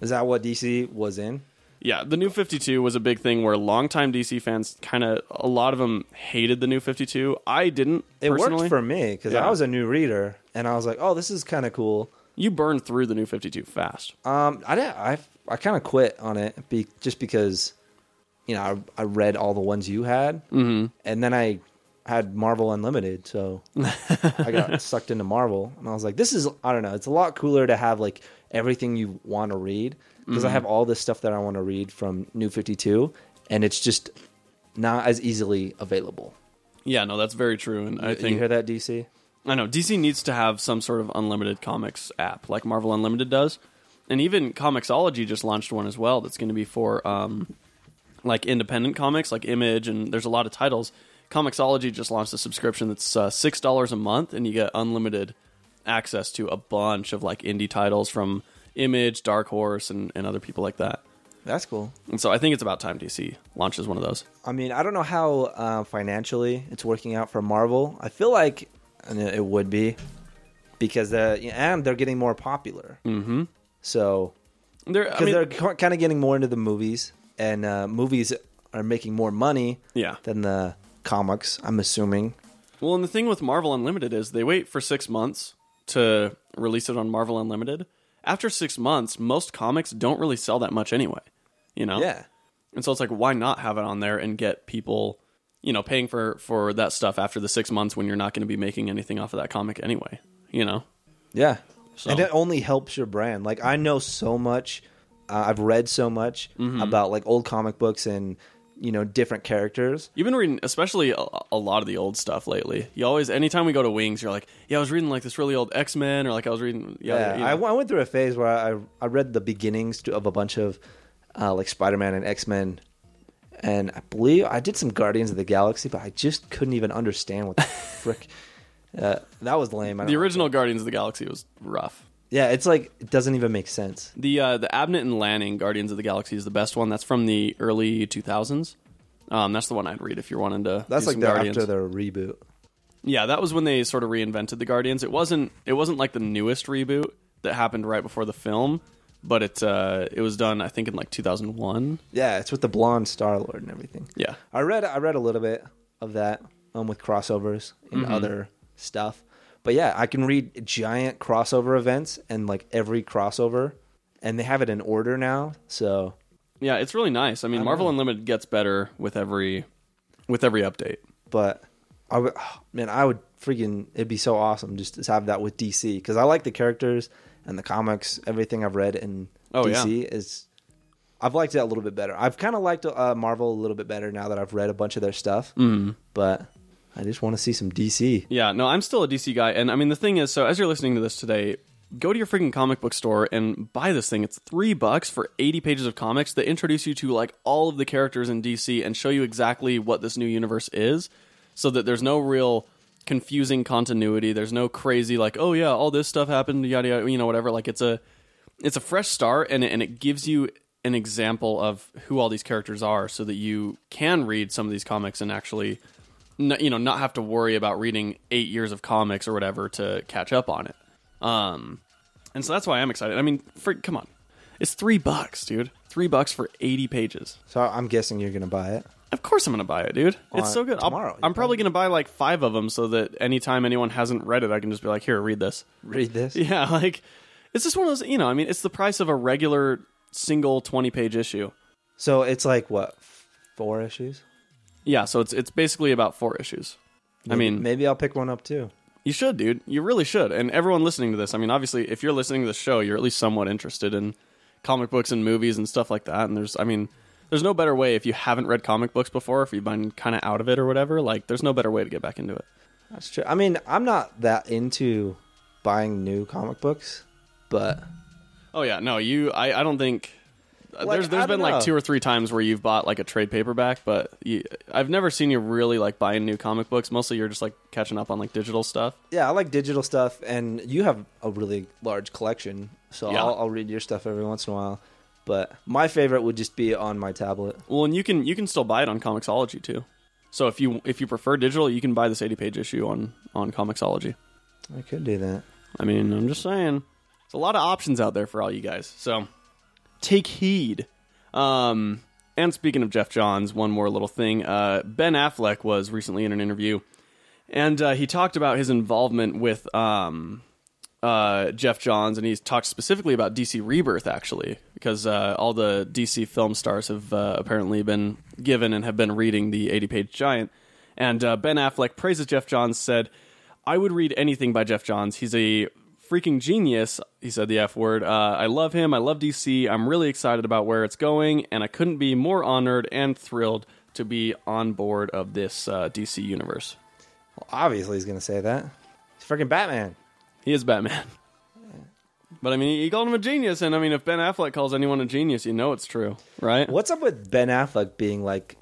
[SPEAKER 1] is that what DC was in?
[SPEAKER 2] yeah, the New 52 was a big thing where longtime DC fans kind of a lot of them hated the New 52. I didn't.
[SPEAKER 1] It
[SPEAKER 2] personally.
[SPEAKER 1] worked for me because
[SPEAKER 2] Yeah.
[SPEAKER 1] I was a new reader and I was like, oh, this is kind of cool.
[SPEAKER 2] You burned through the New 52 fast.
[SPEAKER 1] Um, I didn't, I I kind of quit on it be, just because, you know, I, I read all the ones you had, mm-hmm. and then I had Marvel Unlimited,
[SPEAKER 2] (laughs)
[SPEAKER 1] so I got sucked into Marvel, and I was like, this is I don't know, it's a lot cooler to have like everything you want to read because
[SPEAKER 2] Mm-hmm.
[SPEAKER 1] I have all this stuff that I want to read from New Fifty Two, and it's just not as easily available.
[SPEAKER 2] Yeah, no, that's very true. And I
[SPEAKER 1] you
[SPEAKER 2] think
[SPEAKER 1] hear that, DC?
[SPEAKER 2] I know DC needs to have some sort of unlimited comics app like Marvel Unlimited does, and even Comixology just launched one as well. That's going to be for um, like independent comics, like Image, and there's a lot of titles. Comixology just launched a subscription that's uh, six dollars a month, and you get unlimited access to a bunch of like indie titles from Image, Dark Horse, and, and other people like that.
[SPEAKER 1] That's cool.
[SPEAKER 2] And so I think it's about time DC launches one of those.
[SPEAKER 1] I mean, I don't know how uh, financially it's working out for Marvel. I feel like and it it would be because they're and they're getting more popular. Mm-hmm. So
[SPEAKER 2] There, I
[SPEAKER 1] because
[SPEAKER 2] mean,
[SPEAKER 1] they're kind of getting more into the movies, and uh, movies are making more money
[SPEAKER 2] yeah.
[SPEAKER 1] than the comics. I'm assuming.
[SPEAKER 2] Well, and the thing with Marvel Unlimited is they wait for six months to release it on Marvel Unlimited. After six months, most comics don't really sell that much anyway, you know?
[SPEAKER 1] Yeah,
[SPEAKER 2] And so it's like, why not have it on there and get people, you know, paying for, for that stuff after the six months when you're not going to be making anything off of that comic anyway, you know?
[SPEAKER 1] yeah.
[SPEAKER 2] So-
[SPEAKER 1] And it only helps your brand. Like I know so much. Uh, I've read so much
[SPEAKER 2] Mm-hmm.
[SPEAKER 1] about like old comic books and you know different characters.
[SPEAKER 2] You've been reading, especially a, a lot of the old stuff lately. You always, anytime we go to Wings, you're like, yeah, I was reading like this really old X Men, or like I was reading, yeah,
[SPEAKER 1] Yeah,
[SPEAKER 2] you know.
[SPEAKER 1] I, I went through a phase where I I read the beginnings to, of a bunch of uh, like Spider Man and X Men, and I believe I did some Guardians of the Galaxy, but I just couldn't even understand
[SPEAKER 2] (laughs)
[SPEAKER 1] what the frick. Uh, that was lame. I
[SPEAKER 2] the
[SPEAKER 1] don't-
[SPEAKER 2] original Guardians of the Galaxy was rough.
[SPEAKER 1] yeah, it's like it doesn't even make sense.
[SPEAKER 2] The uh, the Abnett and Lanning Guardians of the Galaxy is the best one. That's from the early 2000s. Um, that's the one I'd read if you're wanting to.
[SPEAKER 1] That's
[SPEAKER 2] do
[SPEAKER 1] like
[SPEAKER 2] some
[SPEAKER 1] the,
[SPEAKER 2] Guardians.
[SPEAKER 1] after their reboot.
[SPEAKER 2] Yeah, that was when they sort of reinvented the Guardians. It wasn't it wasn't like the newest reboot that happened right before the film, but it uh, it was done I think in like 2001.
[SPEAKER 1] Yeah, it's with the blonde Star Lord and everything.
[SPEAKER 2] Yeah,
[SPEAKER 1] I read I read a little bit of that um, with crossovers and other stuff. But yeah, I can read giant crossover events and like every crossover, and they have it in order now. So
[SPEAKER 2] yeah, it's really nice. I mean, Marvel Unlimited gets better with every with every update.
[SPEAKER 1] but I would, (sighs) man, I would freaking, it'd be so awesome just to have that with DC because I like the characters and the comics, everything I've read in
[SPEAKER 2] Oh,
[SPEAKER 1] DC is, I've liked it a little bit better. I've kind of liked uh, Marvel a little bit better now that I've read a bunch of their stuff, mm. but I just want to see some DC.
[SPEAKER 2] Yeah, no, I'm still a DC guy, and I mean the thing is, so as you're listening to this today, go to your freaking comic book store and buy this thing. It's three bucks for 80 pages of comics that introduce you to like all of the characters in DC and show you exactly what this new universe is, so that there's no real confusing continuity. There's no crazy like, oh yeah, all this stuff happened, yada yada, you know, whatever. Like it's a it's a fresh start, and it, and it gives you an example of who all these characters are, so that you can read some of these comics and actually n- you know not have to worry about reading eight years of comics or whatever to catch up on it um and so that's why i'm excited i mean for, come on it's three bucks dude three bucks for 80 pages
[SPEAKER 1] So I'm guessing you're going to buy it.
[SPEAKER 2] of course i'm gonna buy it dude it's so good I'll-
[SPEAKER 1] tomorrow, you
[SPEAKER 2] i'm probably gonna buy like five of them so that anytime anyone hasn't read it i can just be like here read this (laughs)
[SPEAKER 1] Read this.
[SPEAKER 2] yeah like it's just one of those you know i mean it's the price of a regular single 20 page issue
[SPEAKER 1] So it's like what, four issues?
[SPEAKER 2] yeah so it's it's basically about four issues i mean
[SPEAKER 1] maybe I'll pick one up too.
[SPEAKER 2] You should, dude. You really should. And everyone listening to this, I mean, obviously, if you're listening to the show, you're at least somewhat interested in comic books and movies and stuff like that. And there's, I mean, there's no better way if you haven't read comic books before, if you've been kind of out of it or whatever. Like, there's no better way to get back into it.
[SPEAKER 1] That's true. I mean, I'm not that into buying new comic books, but
[SPEAKER 2] Oh yeah, no, you. I, I don't think uh, there's
[SPEAKER 1] I
[SPEAKER 2] there's
[SPEAKER 1] don't
[SPEAKER 2] been
[SPEAKER 1] know.
[SPEAKER 2] like two or three times where you've bought like a trade paperback, but you, I've never seen you really like buying new comic books. Mostly, you're just like catching up on like digital stuff.
[SPEAKER 1] yeah, I like digital stuff, and you have a really large collection, so
[SPEAKER 2] Yeah.
[SPEAKER 1] I'll, I'll read your stuff every once in a while. But my favorite would just be on my tablet.
[SPEAKER 2] Well, and you can you can still buy it on Comixology too. So if you if you prefer digital, you can buy this 80 page issue on on Comixology.
[SPEAKER 1] I could do that.
[SPEAKER 2] I mean, I'm just saying, there's a lot of options out there for all you guys. So take heed. Um, and speaking of Jeff Johns, one more little thing. Uh, ben Affleck was recently in an interview, and uh, he talked about his involvement with um, uh, Jeff Johns, and he's talked specifically about DC Rebirth, actually, because uh, all the DC film stars have uh, apparently been given and have been reading the 80 page giant. And uh, Ben Affleck praises Jeff Johns, said, I would read anything by Jeff Johns. He's a freaking genius. He said the F word. Uh, I love him. I love DC. I'm really excited about where it's going, and I couldn't be more honored and thrilled to be on board of this uh, DC universe.
[SPEAKER 1] Well, obviously, he's going to say that. He's freaking Batman.
[SPEAKER 2] He is Batman. But I mean, he called him a genius, and I mean, if Ben Affleck calls anyone a genius, you know it's true, right?
[SPEAKER 1] What's up with Ben Affleck being like,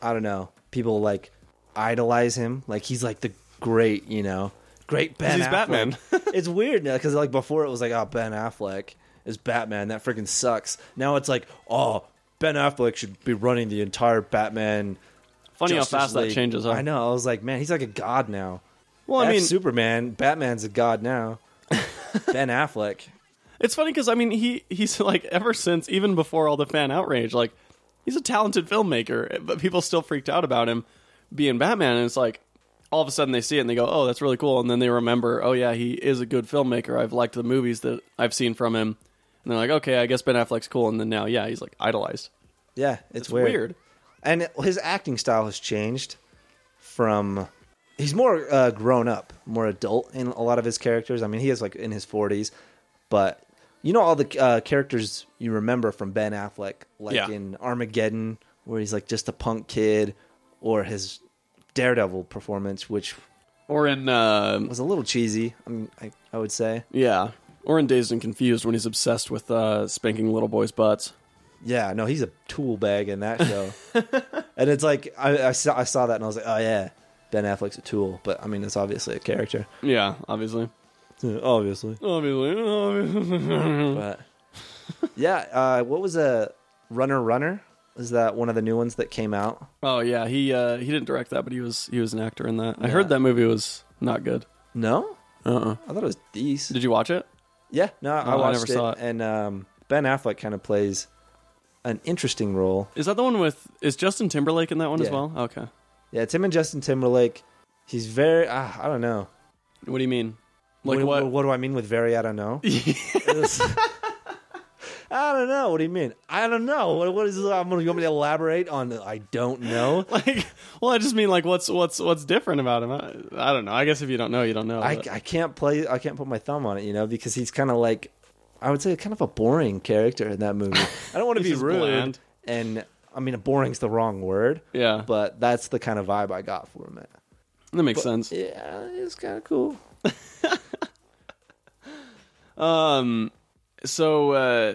[SPEAKER 1] I don't know, people like idolize him? Like he's like the great, you know, great Ben.
[SPEAKER 2] he's
[SPEAKER 1] Affleck.
[SPEAKER 2] Batman.
[SPEAKER 1] (laughs) it's weird now because like before it was like, oh, Ben Affleck is Batman. That freaking sucks. Now it's like, oh, Ben Affleck should be running the entire Batman.
[SPEAKER 2] Funny how
[SPEAKER 1] Justice
[SPEAKER 2] fast
[SPEAKER 1] League.
[SPEAKER 2] that changes. Huh?
[SPEAKER 1] I know. I was like, man, he's like a god now.
[SPEAKER 2] Well, I mean,
[SPEAKER 1] Superman, Batman's a god
[SPEAKER 2] (laughs)
[SPEAKER 1] now. ben Affleck.
[SPEAKER 2] It's funny because I mean he he's like ever since even before all the fan outrage, like he's a talented filmmaker, but people still freaked out about him being Batman, and it's like all of a sudden they see it and they go, "Oh, that's really cool," and then they remember, "Oh yeah, he is a good filmmaker. I've liked the movies that I've seen from him," and they're like, "Okay, I guess Ben Affleck's cool," and then now yeah, he's like idolized.
[SPEAKER 1] Yeah, it's,
[SPEAKER 2] It's weird.
[SPEAKER 1] and it- his acting style has changed from he's more uh, grown up more adult in a lot of his characters i mean he is like in his 40s but you know all the uh, characters you remember from ben affleck like
[SPEAKER 2] Yeah.
[SPEAKER 1] in armageddon where he's like just a punk kid or his daredevil performance which
[SPEAKER 2] Or in uh,
[SPEAKER 1] was a little cheesy i, mean, I, I would say
[SPEAKER 2] yeah, or in Dazed and Confused when he's obsessed with uh, spanking little boys' butts.
[SPEAKER 1] Yeah, no, he's a tool bag in that show. and it's like I, I saw I saw that and I was like, oh yeah, Ben Affleck's a tool, but I mean it's obviously a character,
[SPEAKER 2] Yeah, obviously,
[SPEAKER 1] obviously.
[SPEAKER 2] obviously, obviously. (laughs)
[SPEAKER 1] But yeah, uh, what was a Runner Runner? Is that one of the new ones that came out?
[SPEAKER 2] Oh yeah, he uh, he didn't direct that, but he was he was an actor in that.
[SPEAKER 1] Yeah.
[SPEAKER 2] I
[SPEAKER 1] Uh-uh.
[SPEAKER 2] heard that movie was not good.
[SPEAKER 1] No,
[SPEAKER 2] Uh uh
[SPEAKER 1] I thought it was these.
[SPEAKER 2] Did you watch it?
[SPEAKER 1] Yeah, no, I
[SPEAKER 2] I
[SPEAKER 1] watched
[SPEAKER 2] never
[SPEAKER 1] it,
[SPEAKER 2] saw it.
[SPEAKER 1] and um, Ben Affleck kind of plays an interesting role.
[SPEAKER 2] Is that the one with is Justin Timberlake in that one as
[SPEAKER 1] Yeah.
[SPEAKER 2] well? Okay.
[SPEAKER 1] Yeah, it's him and Justin Timberlake. He's very uh, I don't know.
[SPEAKER 2] What do you mean? Like
[SPEAKER 1] what,
[SPEAKER 2] what?
[SPEAKER 1] what do I mean with very? I don't know. It was- I don't know. What do you mean? I don't know. What, what is? I'm going to elaborate on. the I don't know.
[SPEAKER 2] (laughs) like well, I just mean like what's what's what's different about him? I, I don't know. I guess if you don't know, you don't know.
[SPEAKER 1] I,
[SPEAKER 2] but-
[SPEAKER 1] I can't play. I can't put my thumb on it. You know, because he's kind of like, I would say, kind of a boring character in that movie. I don't want to
[SPEAKER 2] (laughs) He's
[SPEAKER 1] be
[SPEAKER 2] just
[SPEAKER 1] rude,
[SPEAKER 2] bland.
[SPEAKER 1] and I mean, boring's the wrong word.
[SPEAKER 2] yeah,
[SPEAKER 1] But that's the kind of vibe I got from it.
[SPEAKER 2] that makes sense.
[SPEAKER 1] Yeah, it's kind of cool.
[SPEAKER 2] Um, so uh,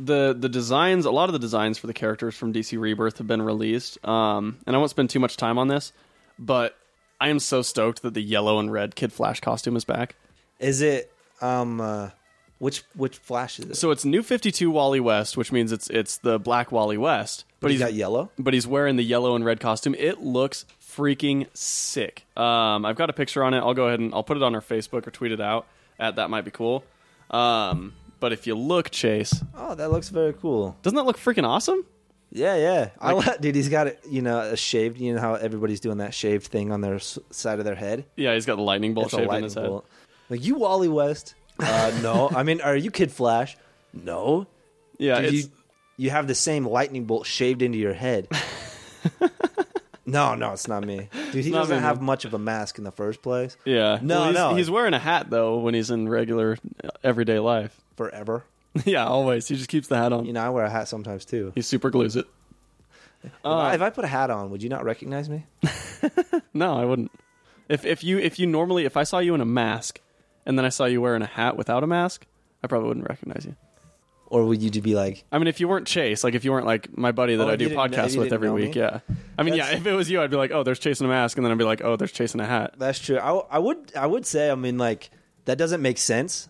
[SPEAKER 2] the the designs, a lot of the designs for the characters from DC Rebirth have been released. Um, and I won't spend too much time on this, but I am so stoked that the yellow and red Kid Flash costume is back.
[SPEAKER 1] Is it? Um, uh, which which flash is it?
[SPEAKER 2] So it's New Fifty Two Wally West, which means it's it's the Black Wally West, but
[SPEAKER 1] he
[SPEAKER 2] he's
[SPEAKER 1] got yellow.
[SPEAKER 2] but he's wearing the yellow and red costume. It looks freaking sick. Um, I've got a picture on it. I'll go ahead and I'll put it on our Facebook or tweet it out at that might be cool. Um, but if you look, Chase,
[SPEAKER 1] Oh, that looks very cool.
[SPEAKER 2] doesn't that look freaking awesome?
[SPEAKER 1] Yeah, yeah. I like, dude, he's got it. You know, a shaved. You know how everybody's doing that shaved thing on their s- side of their head.
[SPEAKER 2] Yeah, he's got the lightning bolt
[SPEAKER 1] It's a
[SPEAKER 2] shaved in
[SPEAKER 1] lightning
[SPEAKER 2] his head.
[SPEAKER 1] bolt. Like you, Wally West. Uh, no, I mean, are you Kid Flash? No,
[SPEAKER 2] Yeah,
[SPEAKER 1] Dude,
[SPEAKER 2] it's,
[SPEAKER 1] you you have the same lightning bolt shaved into your
[SPEAKER 2] (laughs)
[SPEAKER 1] head. no, no, it's not me, dude. He
[SPEAKER 2] not
[SPEAKER 1] doesn't
[SPEAKER 2] me,
[SPEAKER 1] have
[SPEAKER 2] man.
[SPEAKER 1] much of a mask in the first place.
[SPEAKER 2] yeah.
[SPEAKER 1] No,
[SPEAKER 2] he's,
[SPEAKER 1] no.
[SPEAKER 2] He's wearing a hat though when he's in regular uh, everyday life. (laughs)
[SPEAKER 1] Forever,
[SPEAKER 2] yeah, always. He just keeps the hat on.
[SPEAKER 1] you know, I wear a hat sometimes too.
[SPEAKER 2] He super glues it.
[SPEAKER 1] if,
[SPEAKER 2] Uh,
[SPEAKER 1] I, if I put a hat on, would you not recognize me?
[SPEAKER 2] No, I wouldn't. If if you if you normally if I saw you in a mask and then I saw you wearing a hat without a mask, I probably wouldn't recognize you.
[SPEAKER 1] Or would you just be like,
[SPEAKER 2] I mean, if you weren't Chase, like if you weren't like my buddy that
[SPEAKER 1] Oh,
[SPEAKER 2] I
[SPEAKER 1] if you
[SPEAKER 2] do
[SPEAKER 1] didn't know- if
[SPEAKER 2] podcasts
[SPEAKER 1] you
[SPEAKER 2] with
[SPEAKER 1] didn't
[SPEAKER 2] every
[SPEAKER 1] know me?
[SPEAKER 2] week, yeah. I mean, yeah,
[SPEAKER 1] That's-
[SPEAKER 2] if it was you, I'd be like, oh, there's Chase in a mask, and then I'd be like, oh, there's Chase in a hat.
[SPEAKER 1] That's true. I, I would I would say I mean like that doesn't make sense,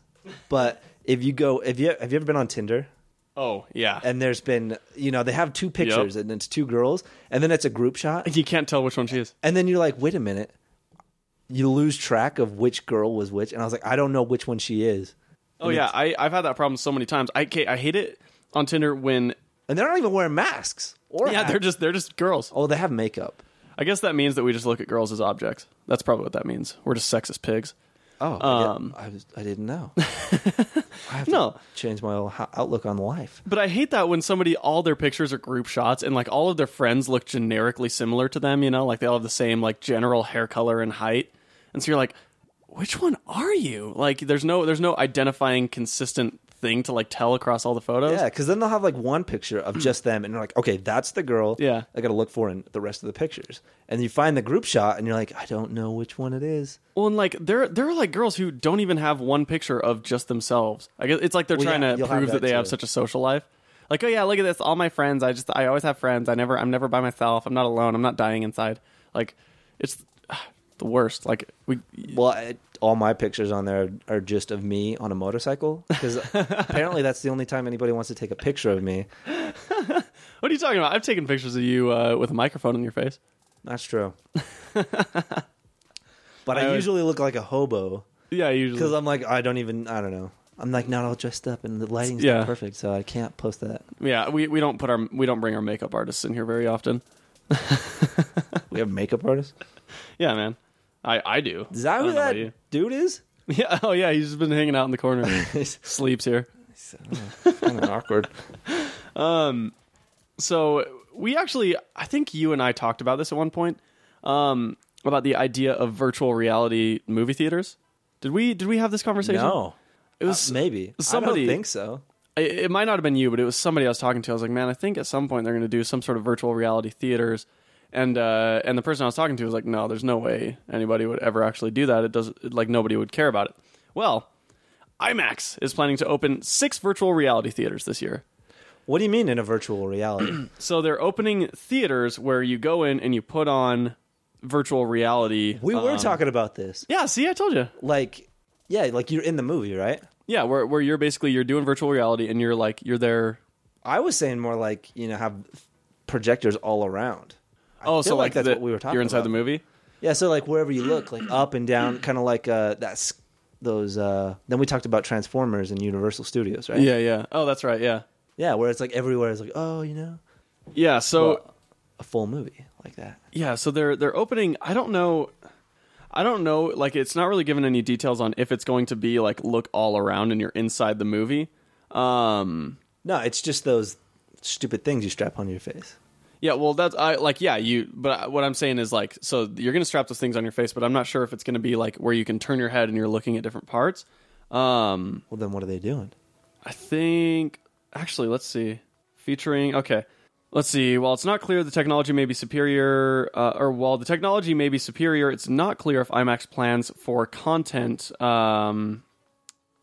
[SPEAKER 1] but if you go if you have you ever been on Tinder
[SPEAKER 2] Oh, yeah.
[SPEAKER 1] and there's been you know they have two pictures and it's two girls and then it's a group shot
[SPEAKER 2] you can't tell which one she is.
[SPEAKER 1] and then you're like wait a minute you lose track of which girl was which and I was like I don't know which one she is.
[SPEAKER 2] Oh yeah, I I've had that problem so many times. I ca- I hate it on Tinder when
[SPEAKER 1] and they're not even wearing masks or
[SPEAKER 2] Yeah,
[SPEAKER 1] hats.
[SPEAKER 2] they're just they're just girls.
[SPEAKER 1] oh they have makeup.
[SPEAKER 2] I guess that means that we just look at girls as objects. That's probably what that means. We're just sexist pigs.
[SPEAKER 1] Oh,
[SPEAKER 2] Um,
[SPEAKER 1] I, get- I, was- I didn't
[SPEAKER 2] (laughs)
[SPEAKER 1] know. I have to
[SPEAKER 2] No.
[SPEAKER 1] change my whole ho- outlook on life.
[SPEAKER 2] But I hate that when somebody all their pictures are group shots and like all of their friends look generically similar to them, you know, like they all have the same like general hair color and height. And so you're like, which one are you? Like there's no there's no identifying consistent thing to like tell across all the photos.
[SPEAKER 1] Yeah, because then they'll have like one picture of just them, and they're like, okay, that's the girl.
[SPEAKER 2] Hmm. Yeah.
[SPEAKER 1] I got to look for in the rest of the pictures, and you find the group shot, and you're like, I don't know which one it is.
[SPEAKER 2] Well, and like there there are like girls who don't even have one picture of just themselves. I guess it's like they're
[SPEAKER 1] Well,
[SPEAKER 2] trying
[SPEAKER 1] yeah,
[SPEAKER 2] to
[SPEAKER 1] you'll have
[SPEAKER 2] prove that
[SPEAKER 1] that
[SPEAKER 2] they have
[SPEAKER 1] too.
[SPEAKER 2] such a social life. Like, oh yeah, look at this, all my friends. I just I always have friends. I never I'm never by myself. I'm not alone. I'm not dying inside. Like it's (sighs) the worst. Like we
[SPEAKER 1] Well, I, all my pictures on there are just of me on a motorcycle,
[SPEAKER 2] (laughs)
[SPEAKER 1] because apparently that's the only time anybody wants to take a picture of me.
[SPEAKER 2] What are you talking about? I've taken pictures of you uh, with a microphone in your face.
[SPEAKER 1] That's
[SPEAKER 2] (laughs)
[SPEAKER 1] true. but
[SPEAKER 2] I
[SPEAKER 1] I,
[SPEAKER 2] always-
[SPEAKER 1] usually look like a hobo
[SPEAKER 2] Yeah, usually.
[SPEAKER 1] because I'm like, I don't even, I don't know. I'm like not all dressed up, and the lighting's
[SPEAKER 2] Yeah.
[SPEAKER 1] not perfect, so I can't post that.
[SPEAKER 2] yeah, we, we don't put our we don't bring our makeup artists in here very often.
[SPEAKER 1] We have makeup artists.
[SPEAKER 2] Yeah, man. I I do.
[SPEAKER 1] Is that
[SPEAKER 2] I
[SPEAKER 1] who
[SPEAKER 2] don't know about
[SPEAKER 1] that
[SPEAKER 2] you. (laughs)
[SPEAKER 1] dude is?
[SPEAKER 2] Yeah. Oh yeah, he's just been hanging out in the
[SPEAKER 1] (laughs)
[SPEAKER 2] corner, (laughs)
[SPEAKER 1] He's
[SPEAKER 2] sleeps here.
[SPEAKER 1] kind of (laughs) awkward.
[SPEAKER 2] So we actually, I think you and I talked about this at one point um, about the idea of virtual reality movie theaters. Did we did we have this conversation?
[SPEAKER 1] No,
[SPEAKER 2] it was
[SPEAKER 1] maybe I
[SPEAKER 2] somebody-
[SPEAKER 1] don't think so.
[SPEAKER 2] I- it might not have been you, but it was somebody I was talking to. I was like, man, I think at some point they're going to do some sort of virtual reality theaters. And uh, and the person I was talking to was like, no, there's no way anybody would ever actually do that. It does like nobody would care about it. Well, IMAX is planning to open six virtual reality theaters this year.
[SPEAKER 1] What do you mean in a virtual (clears throat) reality?
[SPEAKER 2] So they're opening theaters where you go in and you put on virtual reality.
[SPEAKER 1] we were
[SPEAKER 2] um,
[SPEAKER 1] talking about this.
[SPEAKER 2] Yeah, see, I told you.
[SPEAKER 1] Like, yeah, like you're in the movie, right?
[SPEAKER 2] Yeah, where where you're basically you're doing virtual reality and you're like you're there.
[SPEAKER 1] I was saying more like you know have projectors all around. I
[SPEAKER 2] Oh,
[SPEAKER 1] feel
[SPEAKER 2] so like,
[SPEAKER 1] that's
[SPEAKER 2] the-
[SPEAKER 1] what we were talking.
[SPEAKER 2] You're inside
[SPEAKER 1] about.
[SPEAKER 2] the movie.
[SPEAKER 1] Yeah, so like wherever you look, like up and down, kind of like uh, that's those. Uh, then we talked about Transformers and Universal Studios, right?
[SPEAKER 2] Yeah, yeah. Oh, that's right. Yeah.
[SPEAKER 1] yeah, where it's like everywhere is like, oh, you know,
[SPEAKER 2] Yeah, so
[SPEAKER 1] Well, a full movie like that.
[SPEAKER 2] yeah, so they're they're opening. I don't know. I don't know. Like, it's not really given any details on if it's going to be like look all around and you're inside the movie. Um,
[SPEAKER 1] No, it's just those stupid things you strap on your face.
[SPEAKER 2] yeah, well, that's I like yeah you. But I- what I'm saying is like, so you're gonna strap those things on your face, but I'm not sure if it's gonna be like where you can turn your head and you're looking at different parts. Um,
[SPEAKER 1] Well, then what are they doing?
[SPEAKER 2] I think actually, let's see. Featuring okay, let's see. While it's not clear the technology may be superior, uh, or while the technology may be superior, it's not clear if IMAX plans for content, um,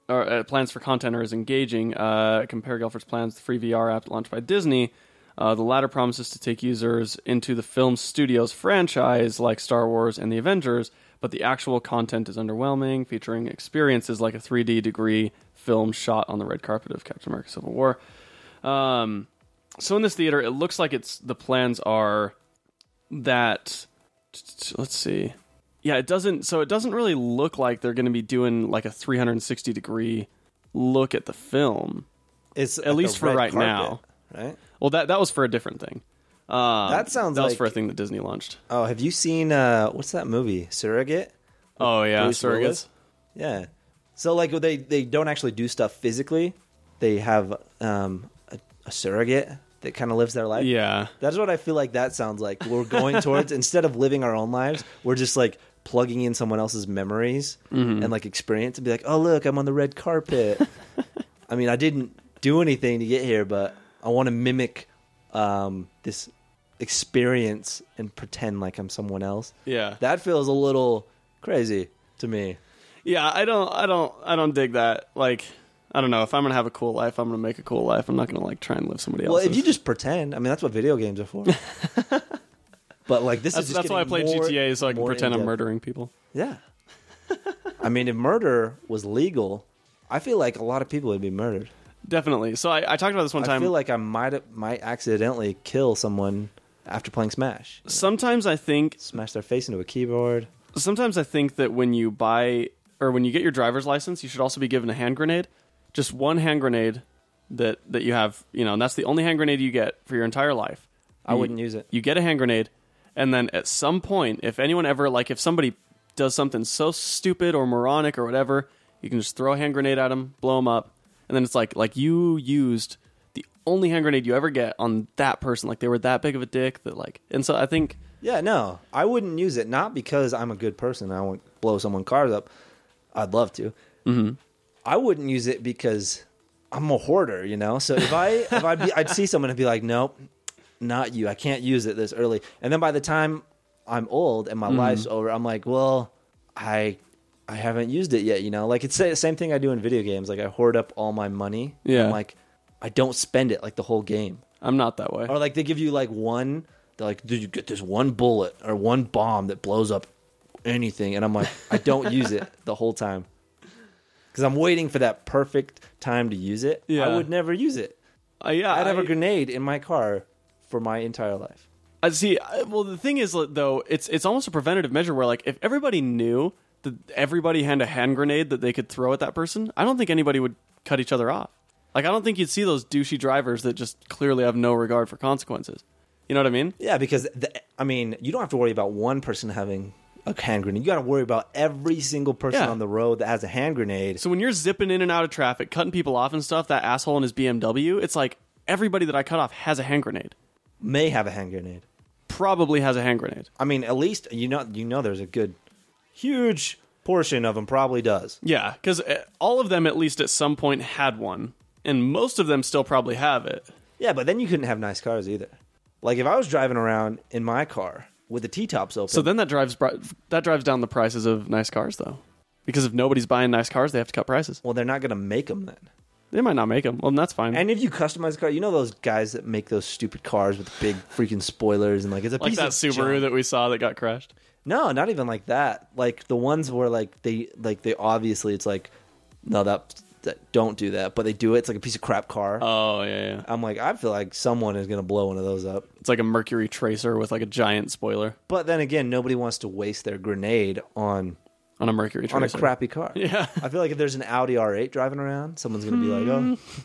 [SPEAKER 2] or uh, plans for content are as engaging. Uh, compare Gelford's plans, the free VR app launched by Disney. Uh, the latter promises to take users into the film studios franchise like Star Wars and the Avengers, but the actual content is underwhelming, featuring experiences like a 3D degree film shot on the red carpet of Captain America Civil War. Um, so in this theater, it looks like it's the plans are that let's see. Yeah, it doesn't so it doesn't really look like they're going to be doing like a 360 degree look at the film.
[SPEAKER 1] It's at
[SPEAKER 2] least for right now.
[SPEAKER 1] right?
[SPEAKER 2] Well, that that was for a different thing. Um,
[SPEAKER 1] That sounds
[SPEAKER 2] that was
[SPEAKER 1] like-
[SPEAKER 2] for a thing that Disney launched.
[SPEAKER 1] Oh, have you seen uh, what's that movie? Surrogate.
[SPEAKER 2] Oh yeah,
[SPEAKER 1] Bruce Willis? Yeah. So like they they don't actually do stuff physically. They have um, a, a surrogate that kind of lives their life.
[SPEAKER 2] Yeah,
[SPEAKER 1] That's what I feel like that sounds like. We're
[SPEAKER 2] (laughs)
[SPEAKER 1] going towards instead of living our own lives, we're just like plugging in someone else's memories
[SPEAKER 2] Mm-hmm.
[SPEAKER 1] and like experience and be like, "Oh, look, I'm on the red
[SPEAKER 2] (laughs)
[SPEAKER 1] carpet." I mean, I didn't do anything to get here, but I want to mimic um, this experience and pretend like I'm someone else.
[SPEAKER 2] yeah,
[SPEAKER 1] That feels a little crazy to me.
[SPEAKER 2] yeah. I don't, I don't, I don't dig that. Like, I don't know. If I'm gonna have a cool life, I'm gonna make a cool life. I'm not gonna like try and live somebody
[SPEAKER 1] Well,
[SPEAKER 2] else's.
[SPEAKER 1] if you just pretend, I mean, that's what video games are
[SPEAKER 2] (laughs)
[SPEAKER 1] for. but like this
[SPEAKER 2] that's,
[SPEAKER 1] is just
[SPEAKER 2] that's why I
[SPEAKER 1] getting
[SPEAKER 2] play
[SPEAKER 1] more-
[SPEAKER 2] GTA so I can
[SPEAKER 1] more
[SPEAKER 2] pretend I'm
[SPEAKER 1] in-depth.
[SPEAKER 2] murdering people.
[SPEAKER 1] Yeah. I mean, if murder was legal, I feel like a lot of people would be murdered.
[SPEAKER 2] Definitely. So I, I talked about this one
[SPEAKER 1] I
[SPEAKER 2] time.
[SPEAKER 1] feel like I might might accidentally kill someone after playing Smash.
[SPEAKER 2] sometimes I think
[SPEAKER 1] Smash their face into a keyboard.
[SPEAKER 2] sometimes I think that when you buy or when you get your driver's license, you should also be given a hand grenade. Just one hand grenade that that you have, you know, and that's the only hand grenade you get for your entire life.
[SPEAKER 1] I
[SPEAKER 2] You-
[SPEAKER 1] wouldn't use it.
[SPEAKER 2] You get a hand grenade, and then at some point, if anyone ever like if somebody does something so stupid or moronic or whatever, you can just throw a hand grenade at them, blow them up, and then it's like like you used the only hand grenade you ever get on that person. Like they were that big of a dick that like, and so I think
[SPEAKER 1] Yeah, no, I wouldn't use it. Not because I'm a good person. and I won't blow someone cars up. I'd love to. Mm-hmm. I wouldn't use it because I'm a hoarder. You know, so if I if I'd, be, I'd see someone and be like, nope, not you. I can't use it this early. And then by the time I'm old and my life's over, I'm like, well, I I haven't used it yet. You know, like it's the same thing I do in video games. Like I hoard up all my money. and
[SPEAKER 2] Yeah.
[SPEAKER 1] I'm like I don't spend it like the whole game
[SPEAKER 2] I'm not that way.
[SPEAKER 1] or like they give you like one they're like dude you get this one bullet or one bomb that blows up anything and i'm like i (laughs) don't use it the whole time because i'm waiting for that perfect time to use it i
[SPEAKER 2] Yeah.
[SPEAKER 1] would never use it
[SPEAKER 2] Uh, yeah,
[SPEAKER 1] i'd have
[SPEAKER 2] I-
[SPEAKER 1] a grenade in my car for my entire life
[SPEAKER 2] I see. I, well, the thing is, like, though, it's it's almost a preventative measure where, like, if everybody knew that everybody had a hand grenade that they could throw at that person, I don't think anybody would cut each other off. Like, I don't think you'd see those douchey drivers that just clearly have no regard for consequences. You know what I mean?
[SPEAKER 1] yeah because the, i mean you don't have to worry about one person having a hand grenade you got to worry about every single person
[SPEAKER 2] Yeah.
[SPEAKER 1] on the road that has a hand grenade
[SPEAKER 2] So when you're zipping in and out of traffic, cutting people off and stuff, that asshole in his BMW, it's like everybody that I cut off has a hand grenade.
[SPEAKER 1] may have a hand grenade
[SPEAKER 2] Probably has a hand grenade.
[SPEAKER 1] i mean at least you know you know there's a good huge portion of them probably does
[SPEAKER 2] Yeah, because all of them, at least at some point, had one, and most of them still probably have it.
[SPEAKER 1] Yeah, but then you couldn't have nice cars either. Like if I was driving around in my car with the T tops open,
[SPEAKER 2] So then that drives bri- that drives down the prices of nice cars though, because if nobody's buying nice cars, they have to cut prices.
[SPEAKER 1] well, they're not gonna make them then.
[SPEAKER 2] They might not make them. Well, then that's fine.
[SPEAKER 1] And if you customize the car, you know those guys that make those stupid cars with big freaking spoilers and like it's a
[SPEAKER 2] like
[SPEAKER 1] piece
[SPEAKER 2] that
[SPEAKER 1] of
[SPEAKER 2] Subaru
[SPEAKER 1] junk.
[SPEAKER 2] that we saw that got crashed.
[SPEAKER 1] No, not even like that. Like the ones where like they like they obviously it's like no that that don't do that, but they do it. It's like a piece of crap car.
[SPEAKER 2] Oh yeah, yeah.
[SPEAKER 1] I'm like I feel like someone is gonna blow one of those up.
[SPEAKER 2] It's like a Mercury Tracer with like a giant spoiler
[SPEAKER 1] But then again, nobody wants to waste their grenade on
[SPEAKER 2] on a Mercury Tracer.
[SPEAKER 1] on a crappy car.
[SPEAKER 2] (laughs) Yeah.
[SPEAKER 1] I feel like if there's an Audi R8 driving around, someone's going to be like,
[SPEAKER 2] Hmm.
[SPEAKER 1] oh,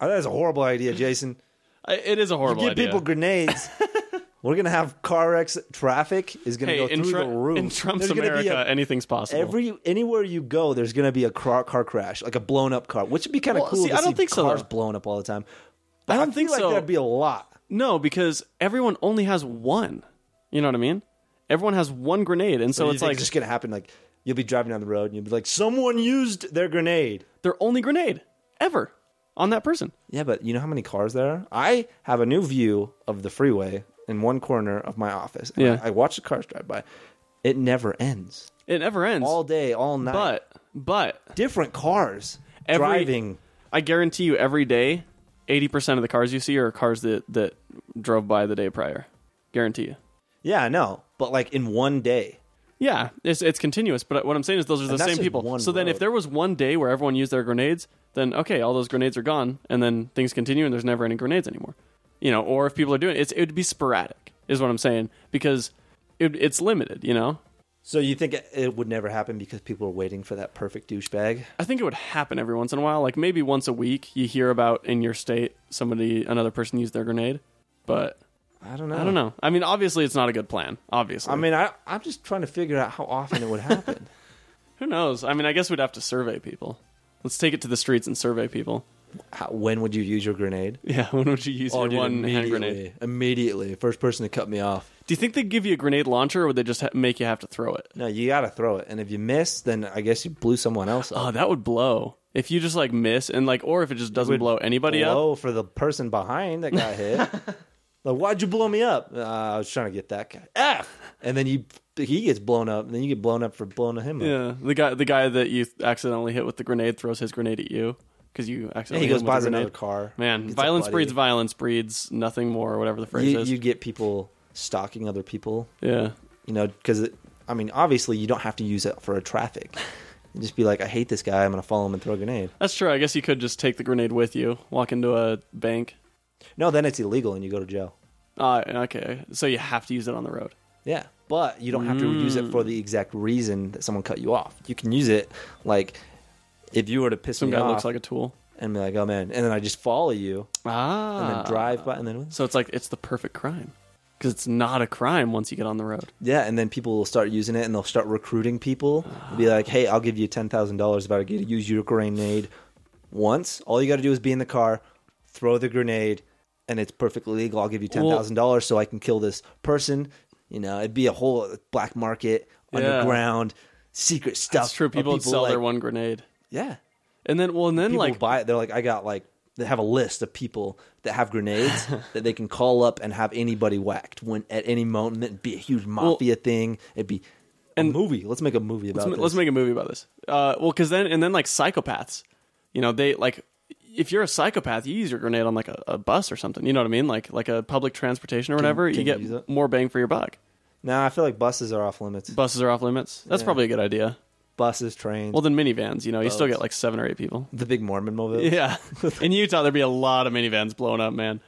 [SPEAKER 1] oh that's a horrible idea,
[SPEAKER 2] (laughs)
[SPEAKER 1] Jason.
[SPEAKER 2] I- It is a horrible
[SPEAKER 1] Give
[SPEAKER 2] idea.
[SPEAKER 1] people
[SPEAKER 2] (laughs)
[SPEAKER 1] grenades. We're going to have car wrecks. Traffic is going to
[SPEAKER 2] hey,
[SPEAKER 1] go
[SPEAKER 2] in,
[SPEAKER 1] through
[SPEAKER 2] Tru-
[SPEAKER 1] the roof.
[SPEAKER 2] in Trump's
[SPEAKER 1] There's gonna be
[SPEAKER 2] America, eh,
[SPEAKER 1] a-
[SPEAKER 2] anything's possible.
[SPEAKER 1] Every anywhere you go, there's going to be a car, car crash, like a blown up car, which would be kind of
[SPEAKER 2] Well,
[SPEAKER 1] cool.
[SPEAKER 2] see,
[SPEAKER 1] to
[SPEAKER 2] I don't think so,
[SPEAKER 1] cars
[SPEAKER 2] though.
[SPEAKER 1] blown up all the time. But
[SPEAKER 2] I don't think
[SPEAKER 1] feel
[SPEAKER 2] so.
[SPEAKER 1] Like that'd be a lot.
[SPEAKER 2] no, because everyone only has one. You know what I mean? Everyone has one grenade, and so
[SPEAKER 1] You
[SPEAKER 2] it's
[SPEAKER 1] think
[SPEAKER 2] like
[SPEAKER 1] just going to happen. Like you'll be driving down the road and you'll be like, someone used their grenade.
[SPEAKER 2] their only grenade ever on that person.
[SPEAKER 1] Yeah, but you know how many cars there are? I have a new view of the freeway in one corner of my office. And
[SPEAKER 2] Yeah.
[SPEAKER 1] I, I watch the cars drive by. It never ends.
[SPEAKER 2] It never ends.
[SPEAKER 1] All day, all night.
[SPEAKER 2] but but
[SPEAKER 1] different cars
[SPEAKER 2] Every-
[SPEAKER 1] driving.
[SPEAKER 2] I guarantee you every day, 80% of the cars you see are cars that, that drove by the day prior. Guarantee you.
[SPEAKER 1] Yeah, I know. But like in one day.
[SPEAKER 2] Yeah, it's, it's continuous, but what I'm saying is those are the
[SPEAKER 1] that's
[SPEAKER 2] same
[SPEAKER 1] just
[SPEAKER 2] people.
[SPEAKER 1] one
[SPEAKER 2] So then
[SPEAKER 1] road.
[SPEAKER 2] if there was one day where everyone used their grenades, then okay, all those grenades are gone and then things continue and there's never any grenades anymore. You know, or if people are doing it, it's, it would be sporadic is what I'm saying because it, it's limited, you know?
[SPEAKER 1] So you think it- it would never happen because people are waiting for that perfect douchebag?
[SPEAKER 2] I think it would happen every once in a while. Like maybe once a week you hear about in your state somebody, another person used their grenade, but
[SPEAKER 1] I don't know.
[SPEAKER 2] I don't know. I mean, obviously, it's not a good plan. Obviously,
[SPEAKER 1] I mean, I, I'm just trying to figure out how often it would happen. (laughs)
[SPEAKER 2] who knows? I mean, I guess we'd have to survey people. Let's take it to the streets and survey people. (laughs)
[SPEAKER 1] how, when would you use your grenade?
[SPEAKER 2] Yeah, when would you use your
[SPEAKER 1] dude,
[SPEAKER 2] one hand
[SPEAKER 1] immediately.
[SPEAKER 2] grenade?
[SPEAKER 1] Immediately. First person to cut me off.
[SPEAKER 2] Do you think they'd give you a grenade launcher, or would they just ha- make you have to throw it?
[SPEAKER 1] No, you got to throw it. And if you miss, then I guess you blew someone else up.
[SPEAKER 2] Oh, that would blow. If you just like miss and like, or if it just doesn't
[SPEAKER 1] would
[SPEAKER 2] blow anybody up.
[SPEAKER 1] blow for the person behind that got
[SPEAKER 2] (laughs)
[SPEAKER 1] hit. like, why'd you blow me up? Uh, I was trying to get that guy. F. And then you, he gets blown up, and then you get blown up for blowing him up.
[SPEAKER 2] Yeah, the guy, the guy that you accidentally hit with the grenade throws his grenade at you because you
[SPEAKER 1] And
[SPEAKER 2] accidentally.
[SPEAKER 1] he goes
[SPEAKER 2] hit him with
[SPEAKER 1] buys
[SPEAKER 2] a
[SPEAKER 1] another
[SPEAKER 2] grenade.
[SPEAKER 1] car.
[SPEAKER 2] Man,
[SPEAKER 1] Gets a
[SPEAKER 2] violence
[SPEAKER 1] buddy.
[SPEAKER 2] breeds violence breeds nothing more, or whatever the phrase
[SPEAKER 1] You,
[SPEAKER 2] is.
[SPEAKER 1] you get people stalking other people,
[SPEAKER 2] yeah,
[SPEAKER 1] you know, because I mean, obviously, you don't have to use it for a traffic. You just be like, I hate this guy. I'm gonna follow him and throw a grenade.
[SPEAKER 2] that's true. I guess you could just take the grenade with you, walk into a bank,
[SPEAKER 1] No, then it's illegal, and you go to jail.
[SPEAKER 2] Uh, okay, so you have to use it on the road.
[SPEAKER 1] Yeah, but you don't have to use it for the exact reason that someone cut you off. You can use it like if you were to piss
[SPEAKER 2] Some
[SPEAKER 1] me
[SPEAKER 2] guy
[SPEAKER 1] off.
[SPEAKER 2] looks like a tool.
[SPEAKER 1] and be like, oh man, and then I just follow you
[SPEAKER 2] Ah.
[SPEAKER 1] and then drive by and then
[SPEAKER 2] So it's like it's the perfect crime because it's not a crime once you get on the road.
[SPEAKER 1] yeah, and then people will start using it and they'll start recruiting people. They'll be like, hey, I'll give you ten thousand dollars if I get to use your grenade once. All you got to do is be in the car, throw the grenade, and it's perfectly legal. I'll give you ten
[SPEAKER 2] Well-
[SPEAKER 1] thousand dollars so I can kill this person. You know, it'd be a whole black market
[SPEAKER 2] Yeah.
[SPEAKER 1] underground secret stuff.
[SPEAKER 2] That's true.
[SPEAKER 1] of
[SPEAKER 2] People, sell their
[SPEAKER 1] like-
[SPEAKER 2] one grenade,
[SPEAKER 1] Yeah,
[SPEAKER 2] and then well, and then
[SPEAKER 1] people
[SPEAKER 2] like
[SPEAKER 1] buy it. They're like, I got like they have a list of people that have
[SPEAKER 2] (laughs)
[SPEAKER 1] grenades that they can call up and have anybody whacked when at any moment. It'd be a huge mafia thing. It'd be a movie. Let's make a movie about
[SPEAKER 2] let's, ma-
[SPEAKER 1] this.
[SPEAKER 2] let's make a movie about this. Uh, well, because then and then like psychopaths, you know, they like if you're a psychopath, you use your grenade on like a, a bus or something. You know what I mean? Like like a public transportation or whatever.
[SPEAKER 1] can you
[SPEAKER 2] you
[SPEAKER 1] use
[SPEAKER 2] get
[SPEAKER 1] it?
[SPEAKER 2] more bang for your buck.
[SPEAKER 1] nah, I feel like buses are off limits.
[SPEAKER 2] Buses are off limits. That's
[SPEAKER 1] Yeah.
[SPEAKER 2] probably a good idea.
[SPEAKER 1] buses, trains.
[SPEAKER 2] Well, then minivans. You know, you still
[SPEAKER 1] Boats.
[SPEAKER 2] get like seven or eight people.
[SPEAKER 1] the big Mormon movie.
[SPEAKER 2] Yeah, (laughs) in Utah there'd be a lot of minivans blown up, man.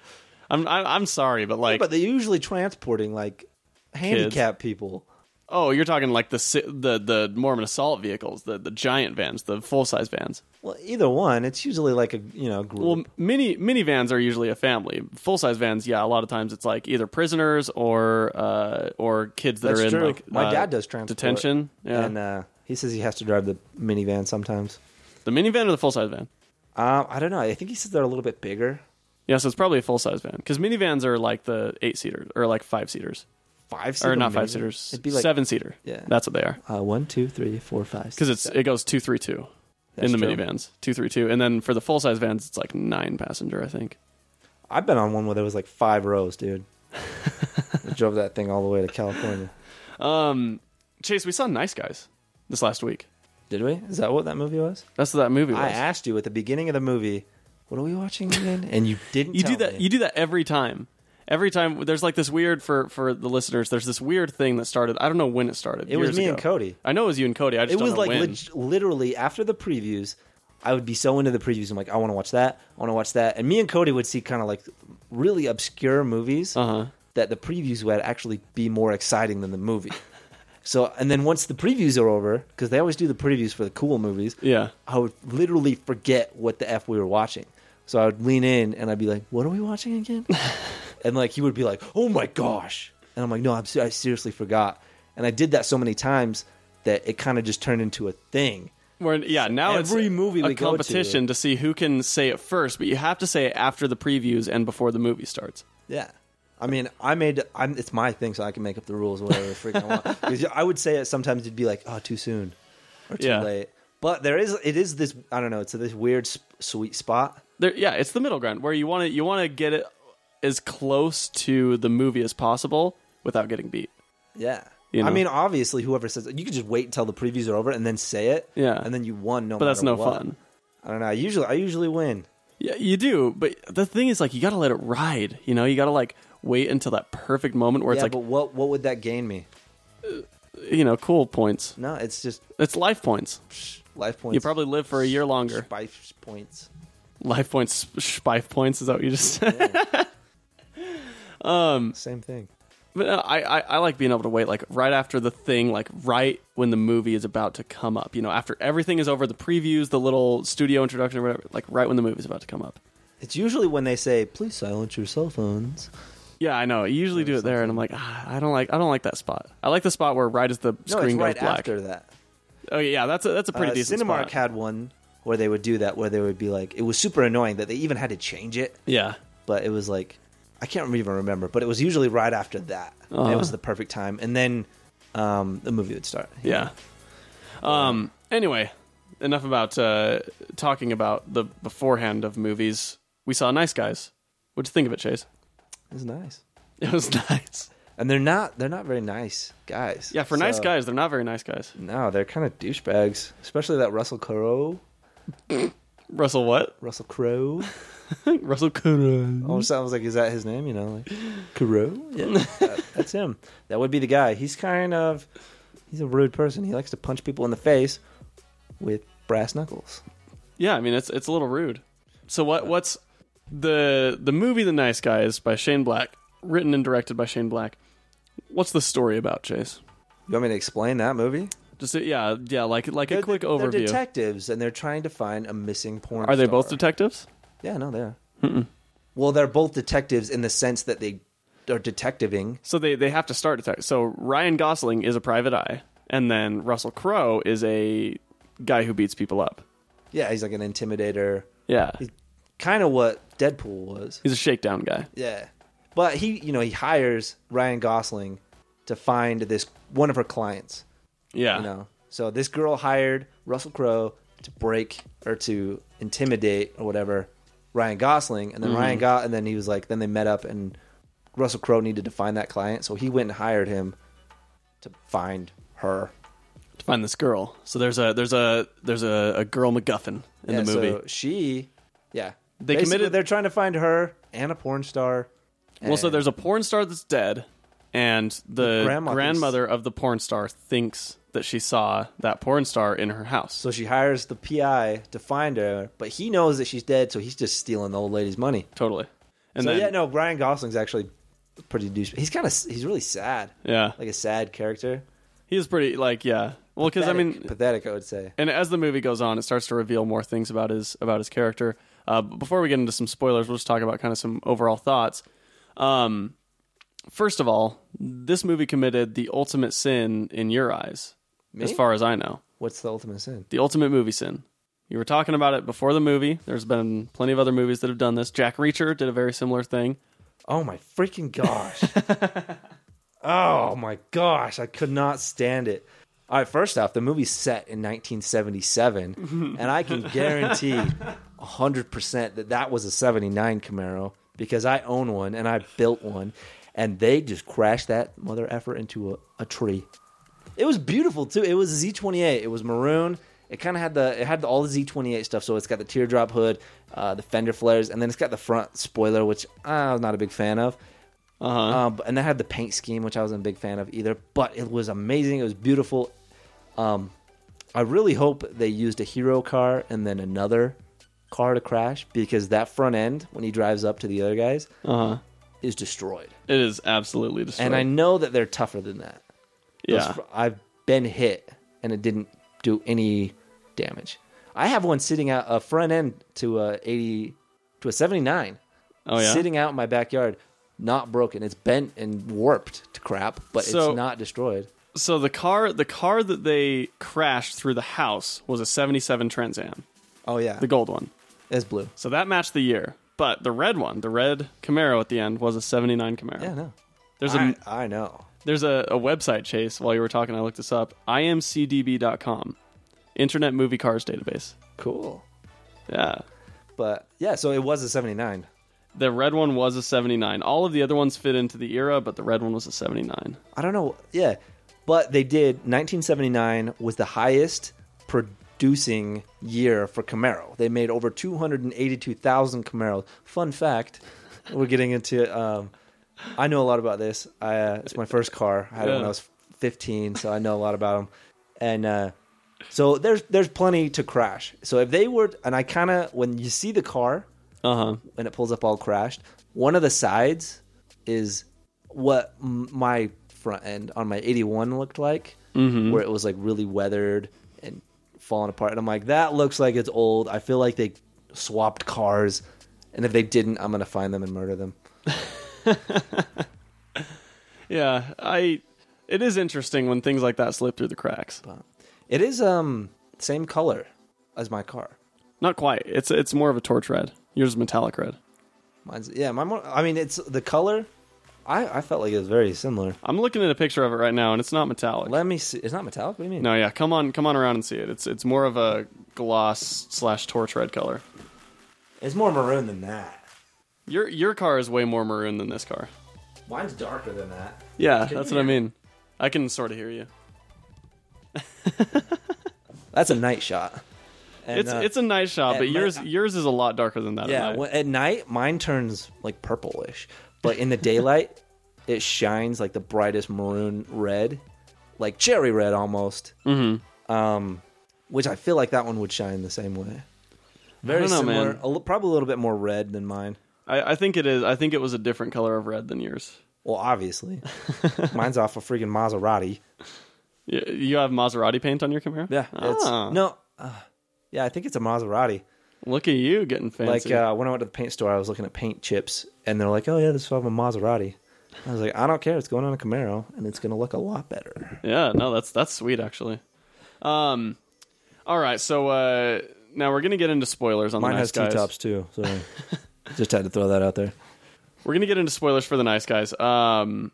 [SPEAKER 2] I'm I, I'm sorry, but
[SPEAKER 1] (laughs)
[SPEAKER 2] like
[SPEAKER 1] but they're usually transporting like handicapped people.
[SPEAKER 2] Oh, you're talking like the si- the the Mormon assault vehicles, the the giant vans, the full size vans.
[SPEAKER 1] Well, either one. It's usually like a you know group.
[SPEAKER 2] Well, mini minivans are usually a family. Full size vans, yeah, a lot of times it's like either prisoners or uh, or kids that
[SPEAKER 1] That's
[SPEAKER 2] are in
[SPEAKER 1] true.
[SPEAKER 2] like
[SPEAKER 1] My
[SPEAKER 2] uh,
[SPEAKER 1] dad does transport
[SPEAKER 2] detention. Yeah,
[SPEAKER 1] and uh, he says he has to drive the minivan sometimes.
[SPEAKER 2] the minivan or the full size van.
[SPEAKER 1] Um, I don't know. I think he says they're a little bit bigger.
[SPEAKER 2] Yeah, so it's probably a full size van because minivans are like the eight seater or like five seaters
[SPEAKER 1] Five
[SPEAKER 2] or not five seaters,
[SPEAKER 1] It'd be like
[SPEAKER 2] seven seater.
[SPEAKER 1] Yeah.
[SPEAKER 2] that's what they are.
[SPEAKER 1] Uh, one, two, three, four, five.
[SPEAKER 2] because it's it goes two three two in
[SPEAKER 1] That's
[SPEAKER 2] the
[SPEAKER 1] true.
[SPEAKER 2] minivans two three two, and then for the full size vans it's like nine passenger I think.
[SPEAKER 1] I've been on one where there was like five rows, (laughs) dude. I drove that thing all the way to California.
[SPEAKER 2] Um, Chase, we saw Nice Guys this last week.
[SPEAKER 1] Did we? Is that what that movie was?
[SPEAKER 2] That's what that movie was.
[SPEAKER 1] I asked you at the beginning of the movie, "What are we watching again?" And you didn't.
[SPEAKER 2] you
[SPEAKER 1] tell
[SPEAKER 2] do that.
[SPEAKER 1] me.
[SPEAKER 2] You do that every time. Every time there's like this weird for for the listeners. There's this weird thing that started. I don't know when it started.
[SPEAKER 1] It was
[SPEAKER 2] years
[SPEAKER 1] me
[SPEAKER 2] ago.
[SPEAKER 1] and Cody.
[SPEAKER 2] I know it was you and Cody. I just
[SPEAKER 1] it
[SPEAKER 2] don't
[SPEAKER 1] was
[SPEAKER 2] know
[SPEAKER 1] like
[SPEAKER 2] when.
[SPEAKER 1] leg- literally after the previews, I would be so into the previews. I'm like, I want to watch that. I want to watch that. And me and Cody would see kind of like really obscure movies
[SPEAKER 2] Uh-huh.
[SPEAKER 1] that the previews would actually be more exciting than the movie. so, and then once the previews are over, because they always do the previews for the cool movies,
[SPEAKER 2] yeah.
[SPEAKER 1] I would literally forget what the F we were watching. So I would lean in and I'd be like, what are we watching again? and like, he would be like, oh my gosh. And I'm like, no, I'm, se- I seriously forgot. And I did that so many times that it kind of just turned into a thing.
[SPEAKER 2] We're, yeah, now it's
[SPEAKER 1] Every movie
[SPEAKER 2] a
[SPEAKER 1] we go to-
[SPEAKER 2] competition to see who can say it first, but you have to say it after the previews and before the movie starts.
[SPEAKER 1] Yeah. I mean, I made I'm, it's my thing, so I can make up the rules or whatever the freak I
[SPEAKER 2] (laughs)
[SPEAKER 1] want. 'Cause I would say it sometimes it'd be like, oh, too soon or too
[SPEAKER 2] Yeah.
[SPEAKER 1] late. But there is it is this I don't know it's this weird sp- sweet spot.
[SPEAKER 2] there yeah it's the middle ground where you want to you want to get it as close to the movie as possible without getting beat
[SPEAKER 1] Yeah.
[SPEAKER 2] You know?
[SPEAKER 1] I mean, obviously, whoever says you could just wait until the previews are over and then say it.
[SPEAKER 2] Yeah.
[SPEAKER 1] and then you won. No,
[SPEAKER 2] but that's no
[SPEAKER 1] matter what.
[SPEAKER 2] fun
[SPEAKER 1] I don't know. I usually, I usually win.
[SPEAKER 2] yeah you do but the thing is like you gotta let it ride you know you gotta like wait until that perfect moment where
[SPEAKER 1] yeah,
[SPEAKER 2] it's
[SPEAKER 1] but
[SPEAKER 2] like
[SPEAKER 1] what what would that gain me?
[SPEAKER 2] you know cool points
[SPEAKER 1] No, it's just
[SPEAKER 2] it's life points
[SPEAKER 1] life points.
[SPEAKER 2] you probably live for a year longer
[SPEAKER 1] spice points.
[SPEAKER 2] life points spife points is that what you just said Mm.
[SPEAKER 1] Same thing.
[SPEAKER 2] But no, I, I I like being able to wait like right after the thing, like right when the movie is about to come up. You know, after everything is over, the previews, the little studio introduction, or whatever. Like right when the movie is about to come up.
[SPEAKER 1] It's usually when they say, "Please silence your cell phones."
[SPEAKER 2] Yeah, I know. You usually do it there, and I'm like, ah, I don't like I don't like that spot. I like the spot where right as the
[SPEAKER 1] No,
[SPEAKER 2] screen
[SPEAKER 1] it's right
[SPEAKER 2] goes black.
[SPEAKER 1] after that.
[SPEAKER 2] Oh yeah, that's a that's a pretty
[SPEAKER 1] uh,
[SPEAKER 2] decent
[SPEAKER 1] Cinemark
[SPEAKER 2] spot.
[SPEAKER 1] had one where they would do that, where they would be like, it was super annoying that they even had to change it,
[SPEAKER 2] yeah,
[SPEAKER 1] but it was like, I can't even remember, but it was usually right after that. And
[SPEAKER 2] Uh-huh.
[SPEAKER 1] It was the perfect time, and then um, the movie would start.
[SPEAKER 2] yeah. Um. Anyway, enough about uh, talking about the beforehand of movies. We saw Nice Guys. What'd you think of it, Chase?
[SPEAKER 1] It was nice,
[SPEAKER 2] It was (laughs) nice.
[SPEAKER 1] and they're not they're not very nice guys.
[SPEAKER 2] Yeah, for nice
[SPEAKER 1] So-
[SPEAKER 2] guys, they're not very nice guys.
[SPEAKER 1] No, they're kind of douchebags, especially that Russell Crowe.
[SPEAKER 2] Russell what? (laughs)
[SPEAKER 1] Russell Crowe.
[SPEAKER 2] Russell Crowe.
[SPEAKER 1] Almost sounds like is that his name? You
[SPEAKER 2] (gasps)
[SPEAKER 1] know, like Crowe. Yeah, (laughs) that- that's him. That would be the guy. He's kind of he's a rude person. He likes to punch people in the face with brass knuckles.
[SPEAKER 2] Yeah, I mean it's it's a little rude. So what what's the the movie The Nice Guys by Shane Black, written and directed by Shane Black. What's the story about, Chase?
[SPEAKER 1] You want me to explain that movie?
[SPEAKER 2] Just a, yeah, yeah, like like a
[SPEAKER 1] They're-
[SPEAKER 2] quick
[SPEAKER 1] they're
[SPEAKER 2] overview.
[SPEAKER 1] detectives, and they're trying to find a missing porn.
[SPEAKER 2] Are they both
[SPEAKER 1] star.
[SPEAKER 2] detectives?
[SPEAKER 1] yeah, no, they are. Well, they're both detectives in the sense that they are detectiving.
[SPEAKER 2] So they they have to start detective. So Ryan Gosling is a private eye, and then Russell Crowe is a guy who beats people up.
[SPEAKER 1] Yeah, he's like an intimidator.
[SPEAKER 2] Yeah,
[SPEAKER 1] Kind of what Deadpool was.
[SPEAKER 2] he's a shakedown guy.
[SPEAKER 1] Yeah. But he, you know, he hires Ryan Gosling to find this one of her clients,
[SPEAKER 2] Yeah,
[SPEAKER 1] you know. So this girl hired Russell Crowe to break or to intimidate or whatever Ryan Gosling and
[SPEAKER 2] Mm-hmm.
[SPEAKER 1] then Ryan got and then he was like then they met up and Russell Crowe needed to find that client, so he went and hired him to find her.
[SPEAKER 2] to find this girl. So there's a there's a there's a, a girl MacGuffin in
[SPEAKER 1] yeah,
[SPEAKER 2] the movie.
[SPEAKER 1] So she yeah.
[SPEAKER 2] They
[SPEAKER 1] Basically,
[SPEAKER 2] committed-
[SPEAKER 1] they're trying to find her and a porn star.
[SPEAKER 2] Well, so
[SPEAKER 1] and-
[SPEAKER 2] there's a porn star that's dead, and the
[SPEAKER 1] grandmother's-
[SPEAKER 2] grandmother of the porn star thinks that she saw that porn star in her house.
[SPEAKER 1] So she hires the PI to find her, but he knows that she's dead, so he's just stealing the old lady's money.
[SPEAKER 2] totally. And
[SPEAKER 1] so
[SPEAKER 2] then,
[SPEAKER 1] yeah, no, Ryan Gosling's actually pretty douche. He's kind of he's really sad,
[SPEAKER 2] yeah,
[SPEAKER 1] like a sad character.
[SPEAKER 2] he's pretty like yeah. Well, because I mean,
[SPEAKER 1] Pathetic- pathetic, I would say.
[SPEAKER 2] and as the movie goes on, it starts to reveal more things about his about his character. Uh, but before we get into some spoilers, we'll just talk about kind of some overall thoughts. Um, first of all, this movie committed the ultimate sin in your eyes, as far as I know.
[SPEAKER 1] What's the ultimate sin?
[SPEAKER 2] the ultimate movie sin. You were talking about it before the movie. There's been plenty of other movies that have done this. Jack Reacher did a very similar thing.
[SPEAKER 1] Oh my freaking gosh! oh my gosh, I could not stand it. All right, first off, the movie's set in 1977, and I can guarantee 100% that that was a 79 Camaro because I own one and I built one, and they just crashed that mother effer into a, a tree. It was beautiful too. It was a Z28. It was maroon. It kind of had the it had the, all the Z28 stuff. So it's got the teardrop hood, uh, the fender flares, and then it's got the front spoiler, which I was not a big fan of.
[SPEAKER 2] Uh huh.
[SPEAKER 1] Um, and that had the paint scheme, which I wasn't a big fan of either. But it was amazing. It was beautiful. Um, I really hope they used a hero car and then another car to crash because that front end, when he drives up to the other guys,
[SPEAKER 2] Uh huh.
[SPEAKER 1] is destroyed.
[SPEAKER 2] It is absolutely destroyed.
[SPEAKER 1] And I know that they're tougher than that. Those
[SPEAKER 2] yeah.
[SPEAKER 1] fr- I've been hit and it didn't do any damage. I have one sitting out a front end to a 80 to a 79
[SPEAKER 2] oh yeah.
[SPEAKER 1] sitting out in my backyard, not broken. It's bent and warped to crap, but
[SPEAKER 2] So-
[SPEAKER 1] it's not destroyed.
[SPEAKER 2] so the car, the car that they crashed through the house was a '77 Trans Am,
[SPEAKER 1] Oh yeah,
[SPEAKER 2] the gold one.
[SPEAKER 1] it's blue.
[SPEAKER 2] So that matched the year. But the red one, the red Camaro at the end, was a '79 Camaro.
[SPEAKER 1] Yeah, no,
[SPEAKER 2] There's a
[SPEAKER 1] I, I know.
[SPEAKER 2] there's a, a website chase. While you were talking, I looked this up. IMCDB.com, Internet Movie Cars Database.
[SPEAKER 1] Cool,
[SPEAKER 2] Yeah.
[SPEAKER 1] but yeah. So it was a '79.
[SPEAKER 2] The red one was a 79. All of the other ones fit into the era, but the red one was a 79.
[SPEAKER 1] I don't know. Yeah, but they did. 1979 was the highest producing year for Camaro. They made over 282,000 Camaros. Fun fact: We're getting into. Um, I know a lot about this. I, uh, it's my first car. I had it when
[SPEAKER 2] Yeah.
[SPEAKER 1] I was 15, so I know a lot about them. And uh, so there's there's plenty to crash. So if they were, and I kind of when you see the car,
[SPEAKER 2] Uh huh.
[SPEAKER 1] and it pulls up all crashed. One of the sides is what m- my front end on my 81 looked like, where it was like really weathered and falling apart. And I'm like, that looks like it's old. I feel like they swapped cars. And if they didn't, I'm going to find them and murder them.
[SPEAKER 2] Yeah. I. It is interesting when things like that slip through the cracks.
[SPEAKER 1] It is um same color as my car.
[SPEAKER 2] Not quite. It's it's more of a torch red. Yours is metallic red.
[SPEAKER 1] Mine's yeah, my more, I mean it's the color. I I felt like it was very similar.
[SPEAKER 2] I'm looking at a picture of it right now, and it's not metallic.
[SPEAKER 1] Let me see. It's not metallic. What do you mean?
[SPEAKER 2] no, yeah. Come on, come on around and see it. It's it's more of a gloss slash torch red color.
[SPEAKER 1] It's more maroon than that.
[SPEAKER 2] Your your car is way more maroon than this car.
[SPEAKER 1] Mine's darker than that.
[SPEAKER 2] Yeah, that's what I mean. I can sort of hear you.
[SPEAKER 1] That's a night shot. And,
[SPEAKER 2] It's
[SPEAKER 1] uh,
[SPEAKER 2] it's a nice shot,
[SPEAKER 1] at
[SPEAKER 2] but
[SPEAKER 1] my-
[SPEAKER 2] yours yours is a lot darker than that.
[SPEAKER 1] yeah.
[SPEAKER 2] at night.
[SPEAKER 1] when- at night, mine turns like purplish, but in the daylight, (laughs) it shines like the brightest maroon red, like cherry red almost. Mm-hmm. Um, which I feel like that one would shine the same way. Very
[SPEAKER 2] don't know,
[SPEAKER 1] similar.
[SPEAKER 2] man.
[SPEAKER 1] A li- probably a little bit more red than mine.
[SPEAKER 2] I, I think it is. I think it was a different color of red than yours. (laughs)
[SPEAKER 1] Well, obviously, mine's off a freaking Maserati.
[SPEAKER 2] You, you have Maserati paint on your Camaro?
[SPEAKER 1] Yeah, it's,
[SPEAKER 2] Ah,
[SPEAKER 1] no, uh, yeah, I think it's a Maserati.
[SPEAKER 2] Look at you getting
[SPEAKER 1] Like
[SPEAKER 2] fancy.
[SPEAKER 1] uh, when I went to the paint store, I was looking at paint chips, and they're like, "Oh yeah, this is from a Maserati." I was like, "I don't care. It's going on a Camaro, and it's going to look a lot better."
[SPEAKER 2] yeah, no, that's that's sweet actually. Um, all right, so uh, now we're gonna get into spoilers on
[SPEAKER 1] Mine
[SPEAKER 2] the
[SPEAKER 1] has
[SPEAKER 2] nice
[SPEAKER 1] T
[SPEAKER 2] guys.
[SPEAKER 1] tops too, (laughs) so just had to throw that out there.
[SPEAKER 2] We're gonna get into spoilers for the nice guys. Um,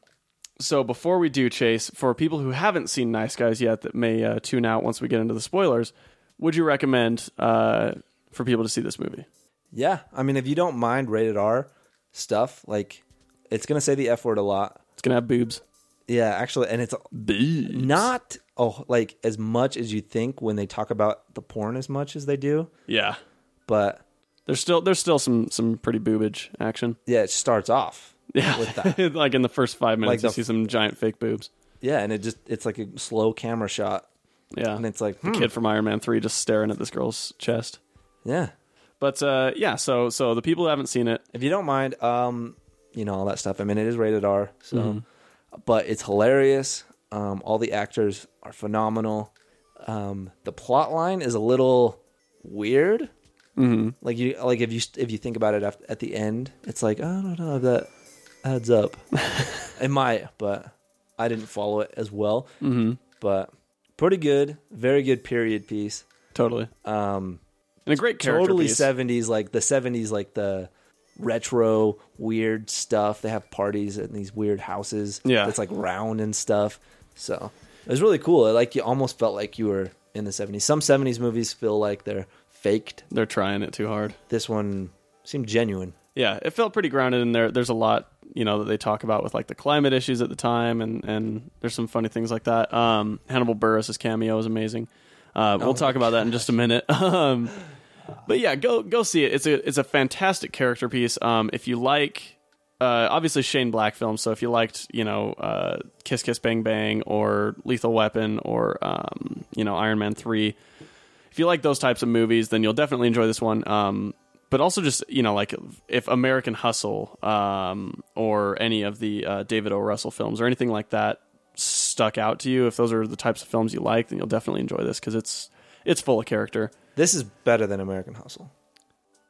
[SPEAKER 2] so before we do, Chase, for people who haven't seen Nice Guys yet that may uh, tune out once we get into the spoilers, would you recommend uh, for people to see this movie?
[SPEAKER 1] Yeah, I mean, if you don't mind rated R stuff, like it's going to say the F word a lot.
[SPEAKER 2] It's gonna have boobs.
[SPEAKER 1] Yeah, actually, and it's
[SPEAKER 2] Boobs.
[SPEAKER 1] not oh like as much as you think when they talk about the porn as much as they do,
[SPEAKER 2] Yeah.
[SPEAKER 1] but
[SPEAKER 2] There's still there's still some some pretty boobage
[SPEAKER 1] (laughs)
[SPEAKER 2] action. (laughs)
[SPEAKER 1] yeah, it starts off
[SPEAKER 2] Yeah.
[SPEAKER 1] with (laughs) that.
[SPEAKER 2] like in the first five minutes,
[SPEAKER 1] Like the-
[SPEAKER 2] you see some giant fake boobs.
[SPEAKER 1] Yeah, and it just it's like a slow camera shot,
[SPEAKER 2] Yeah.
[SPEAKER 1] and it's like
[SPEAKER 2] the
[SPEAKER 1] hmm,
[SPEAKER 2] kid from Iron Man three just staring at this girl's chest.
[SPEAKER 1] yeah.
[SPEAKER 2] But uh, yeah, so so the people who haven't seen it,
[SPEAKER 1] If you don't mind, um, you know all that stuff. I mean, it is rated R, so but it's hilarious. Um, all the actors are phenomenal. Um, the plot line is a little weird. Mm-hmm. Like you, like if you if you think about it af- at the end, it's like "Oh, I don't know if that adds (laughs) up. it might, but I didn't follow it as well. Mm-hmm. But pretty good, very good period piece.
[SPEAKER 2] totally.
[SPEAKER 1] Um,
[SPEAKER 2] And a great character
[SPEAKER 1] totally
[SPEAKER 2] piece.
[SPEAKER 1] 70s like the 70s like the retro weird stuff they have parties in these weird houses
[SPEAKER 2] Yeah.
[SPEAKER 1] it's like round and stuff so it was really cool it, like you almost felt like you were in the 70s some 70s movies feel like they're faked
[SPEAKER 2] They're trying it too hard.
[SPEAKER 1] this one seemed genuine
[SPEAKER 2] Yeah, it felt pretty grounded in there. There's a lot, you know, that they talk about with like the climate issues at the time and and there's some funny things like that. Um Hannibal Burris' cameo is amazing. Uh, we'll talk about that in just a minute. (laughs) Um but yeah, go go see it. It's a it's a fantastic character piece. Um, if you like, uh, obviously Shane Black films. So if you liked, you know, uh, Kiss Kiss Bang Bang or Lethal Weapon or um, you know Iron Man three, if you like those types of movies, then you'll definitely enjoy this one. Um, but also just you know like if American Hustle um, or any of the uh, David O. Russell films or anything like that stuck out to you, if those are the types of films you like, then you'll definitely enjoy this because it's it's full of character.
[SPEAKER 1] this is better than american hustle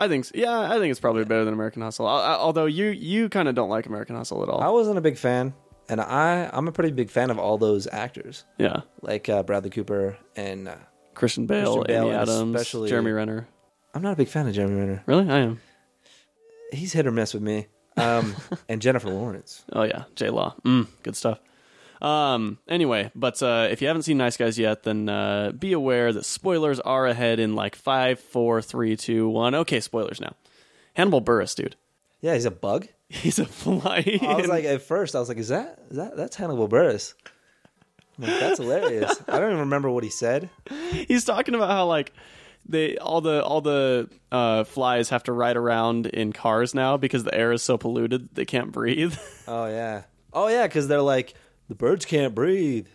[SPEAKER 2] I think so. yeah, I think it's probably better than American Hustle. Al- al- although you you kind of don't like American Hustle at all.
[SPEAKER 1] i wasn't a big fan and i i'm a pretty big fan of all those actors
[SPEAKER 2] yeah,
[SPEAKER 1] like uh, bradley cooper and uh,
[SPEAKER 2] Christian Bale,
[SPEAKER 1] Christian Bale,
[SPEAKER 2] Amy
[SPEAKER 1] and
[SPEAKER 2] Adams,
[SPEAKER 1] especially-
[SPEAKER 2] Jeremy Renner.
[SPEAKER 1] i'm not a big fan of jeremy renner
[SPEAKER 2] Really, I am.
[SPEAKER 1] he's hit or miss with me
[SPEAKER 2] (laughs)
[SPEAKER 1] um, and jennifer lawrence
[SPEAKER 2] Oh yeah, J Law. Mm, good stuff. Um. Anyway, but uh, if you haven't seen Nice Guys yet, then uh, be aware that spoilers are ahead in like five, four, three, two, one. Okay, spoilers now. Hannibal Burris, dude, (laughs)
[SPEAKER 1] yeah he's a bug
[SPEAKER 2] he's a flying.
[SPEAKER 1] I was like, at first, I was like, is that, is that that's Hannibal Burris? I'm like, that's hilarious. I don't even remember what he said.
[SPEAKER 2] (laughs) he's talking about how like they all the all the uh, flies have to ride around in cars now because the air is so polluted they can't breathe. (laughs)
[SPEAKER 1] Oh yeah, oh yeah, because they're like the birds can't breathe.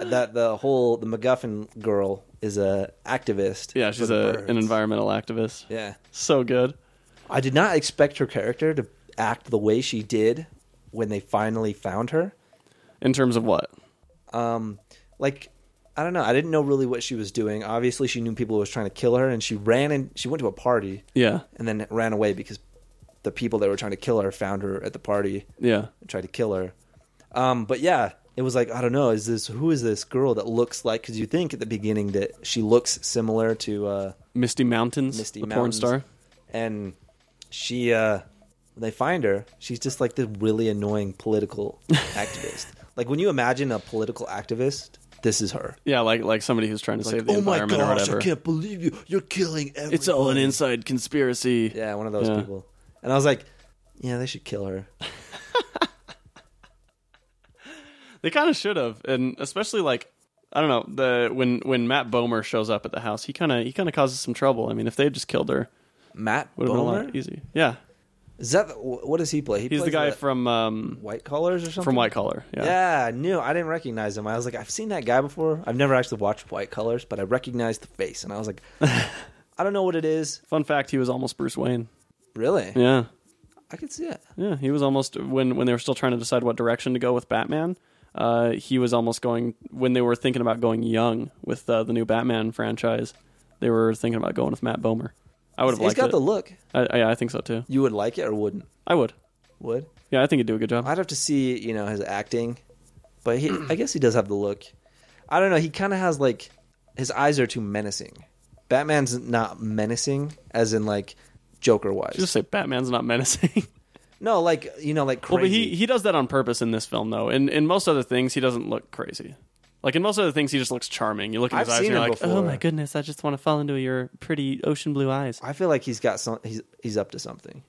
[SPEAKER 1] That the whole the MacGuffin girl is a activist.
[SPEAKER 2] yeah,
[SPEAKER 1] for
[SPEAKER 2] she's
[SPEAKER 1] the
[SPEAKER 2] a,
[SPEAKER 1] birds.
[SPEAKER 2] an environmental activist.
[SPEAKER 1] Yeah,
[SPEAKER 2] So good.
[SPEAKER 1] I did not expect her character to act the way she did when they finally found her.
[SPEAKER 2] In terms of what?
[SPEAKER 1] um like i don't know i didn't know really what she was doing obviously she knew people was trying to kill her and she ran and she went to a party
[SPEAKER 2] Yeah,
[SPEAKER 1] and then ran away because the people that were trying to kill her found her at the party
[SPEAKER 2] yeah,
[SPEAKER 1] and tried to kill her um but yeah it was like i don't know is this who is this girl that looks like because you think at the beginning that she looks similar to uh
[SPEAKER 2] Misty Mountains,
[SPEAKER 1] Misty
[SPEAKER 2] the
[SPEAKER 1] Mountains.
[SPEAKER 2] porn star.
[SPEAKER 1] and she uh when they find her she's just like this really annoying political
[SPEAKER 2] (laughs)
[SPEAKER 1] activist like when you imagine a political activist this is her
[SPEAKER 2] Yeah, like like somebody who's trying to save the
[SPEAKER 3] oh my
[SPEAKER 2] environment or
[SPEAKER 3] gosh,
[SPEAKER 2] whatever.
[SPEAKER 3] I can't believe you. You're killing everyone.
[SPEAKER 2] It's all an inside conspiracy.
[SPEAKER 1] Yeah, one of those
[SPEAKER 2] Yeah.
[SPEAKER 1] people. And I was like, yeah, they should kill her.
[SPEAKER 2] They kind of should have, and especially like I don't know the when when Matt Bomer shows up at the house, he kind of he kind of causes some trouble. I mean, if they had just killed her,
[SPEAKER 1] Matt
[SPEAKER 2] would have been a
[SPEAKER 1] Bomer?
[SPEAKER 2] lot easy. Yeah,
[SPEAKER 1] Is that the- wh- what does he play? He
[SPEAKER 2] he's the
[SPEAKER 1] plays
[SPEAKER 2] guy from um,
[SPEAKER 1] White Collars or something.
[SPEAKER 2] from White Collar. Yeah.
[SPEAKER 1] Yeah, I knew. I didn't recognize him. I was like, I've seen that guy before. I've never actually watched White Collars, but I recognized the face, and I was
[SPEAKER 2] (laughs)
[SPEAKER 1] like, I don't know what it is.
[SPEAKER 2] Fun fact: he was almost Bruce Wayne.
[SPEAKER 1] Really,
[SPEAKER 2] Yeah,
[SPEAKER 1] I could see it.
[SPEAKER 2] yeah, he was almost when when they were still trying to decide what direction to go with Batman. Uh, he was almost going when they were thinking about going young with uh, the new Batman franchise. They were thinking about going with Matt Bomer. I would have
[SPEAKER 1] He's
[SPEAKER 2] liked
[SPEAKER 1] got
[SPEAKER 2] it.
[SPEAKER 1] the look.
[SPEAKER 2] I, I, yeah, I think so too.
[SPEAKER 1] You would like it or wouldn't?
[SPEAKER 2] I would.
[SPEAKER 1] Would
[SPEAKER 2] Yeah, I think he'd do a good job.
[SPEAKER 1] I'd have to see you know his acting, but he I guess he does have the look. I don't know. He kind of has like his eyes are too menacing. Batman's not menacing as in like Joker wise.
[SPEAKER 2] Just say Batman's not (laughs) menacing.
[SPEAKER 1] no, like you know, like crazy.
[SPEAKER 2] Well, but he he does that on purpose in this film, though. In in most other things, he doesn't look crazy. Like in most other things, he just looks charming. You look at his
[SPEAKER 1] I've
[SPEAKER 2] eyes,
[SPEAKER 1] seen
[SPEAKER 2] and you're
[SPEAKER 1] him
[SPEAKER 2] like,
[SPEAKER 1] before.
[SPEAKER 2] oh my goodness, I just want to fall into your pretty ocean blue eyes. (laughs)
[SPEAKER 1] I feel like he's got some. He's he's up to something.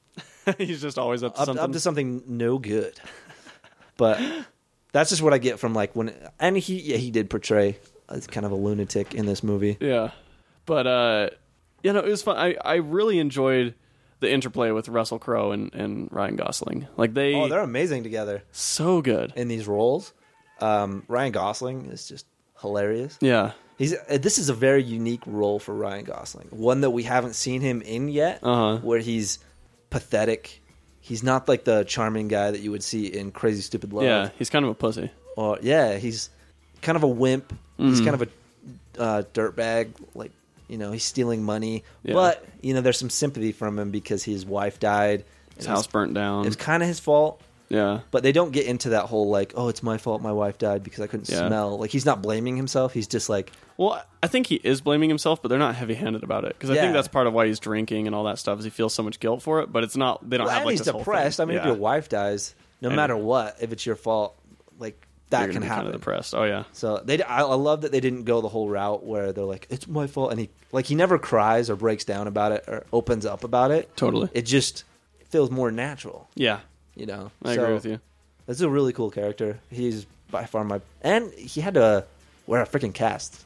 [SPEAKER 2] He's just always up to
[SPEAKER 1] Up,
[SPEAKER 2] something.
[SPEAKER 1] up to something no good. But that's just what I get from like when and he yeah he did portray as kind of a lunatic in this movie.
[SPEAKER 2] Yeah. But uh you know, it was fun. I, I really enjoyed the interplay with Russell Crowe and, and Ryan Gosling. Like they
[SPEAKER 1] Oh, they're amazing together
[SPEAKER 2] so good.
[SPEAKER 1] in these roles. Um, Ryan Gosling is just hilarious.
[SPEAKER 2] Yeah.
[SPEAKER 1] He's uh, this is a very unique role for Ryan Gosling, one that we haven't seen him in yet,
[SPEAKER 2] Uh-huh.
[SPEAKER 1] where he's pathetic. He's not like the charming guy that you would see in Crazy Stupid Love.
[SPEAKER 2] Yeah, he's kind of a pussy.
[SPEAKER 1] or yeah, he's kind of a wimp. He's
[SPEAKER 2] Mm-hmm.
[SPEAKER 1] kind of a uh, dirtbag. Like you know, he's stealing money,
[SPEAKER 2] Yeah.
[SPEAKER 1] but you know, there's some sympathy from him because his wife died.
[SPEAKER 2] His
[SPEAKER 1] and
[SPEAKER 2] house burnt
[SPEAKER 1] It
[SPEAKER 2] down.
[SPEAKER 1] was kind of his fault,
[SPEAKER 2] yeah.
[SPEAKER 1] but they don't get into that whole like, oh, it's my fault my wife died because I couldn't
[SPEAKER 2] Yeah.
[SPEAKER 1] smell. Like he's not blaming himself. He's just like,
[SPEAKER 2] Well, I- I think he is blaming himself, but they're not heavy-handed about it because I
[SPEAKER 1] Yeah.
[SPEAKER 2] think that's part of why he's drinking and all that stuff. Is he feels so much guilt for it, but it's not. They don't
[SPEAKER 1] well,
[SPEAKER 2] have
[SPEAKER 1] and
[SPEAKER 2] like
[SPEAKER 1] he's
[SPEAKER 2] this whole thing.
[SPEAKER 1] depressed. I mean, if
[SPEAKER 2] Yeah.
[SPEAKER 1] your wife dies, no
[SPEAKER 2] And-
[SPEAKER 1] matter what, if it's your fault, like
[SPEAKER 2] You're
[SPEAKER 1] that
[SPEAKER 2] gonna
[SPEAKER 1] can
[SPEAKER 2] be
[SPEAKER 1] happen.
[SPEAKER 2] Kind of depressed. Oh yeah,
[SPEAKER 1] So they, I, I love that they didn't go the whole route where they're like, "It's my fault," and he like he never cries or breaks down about it or opens up about it.
[SPEAKER 2] Totally.
[SPEAKER 1] it just feels more natural,
[SPEAKER 2] yeah.
[SPEAKER 1] you know.
[SPEAKER 2] I
[SPEAKER 1] So,
[SPEAKER 2] agree with you.
[SPEAKER 1] This is a really cool character. He's by far my and he had to wear a freaking cast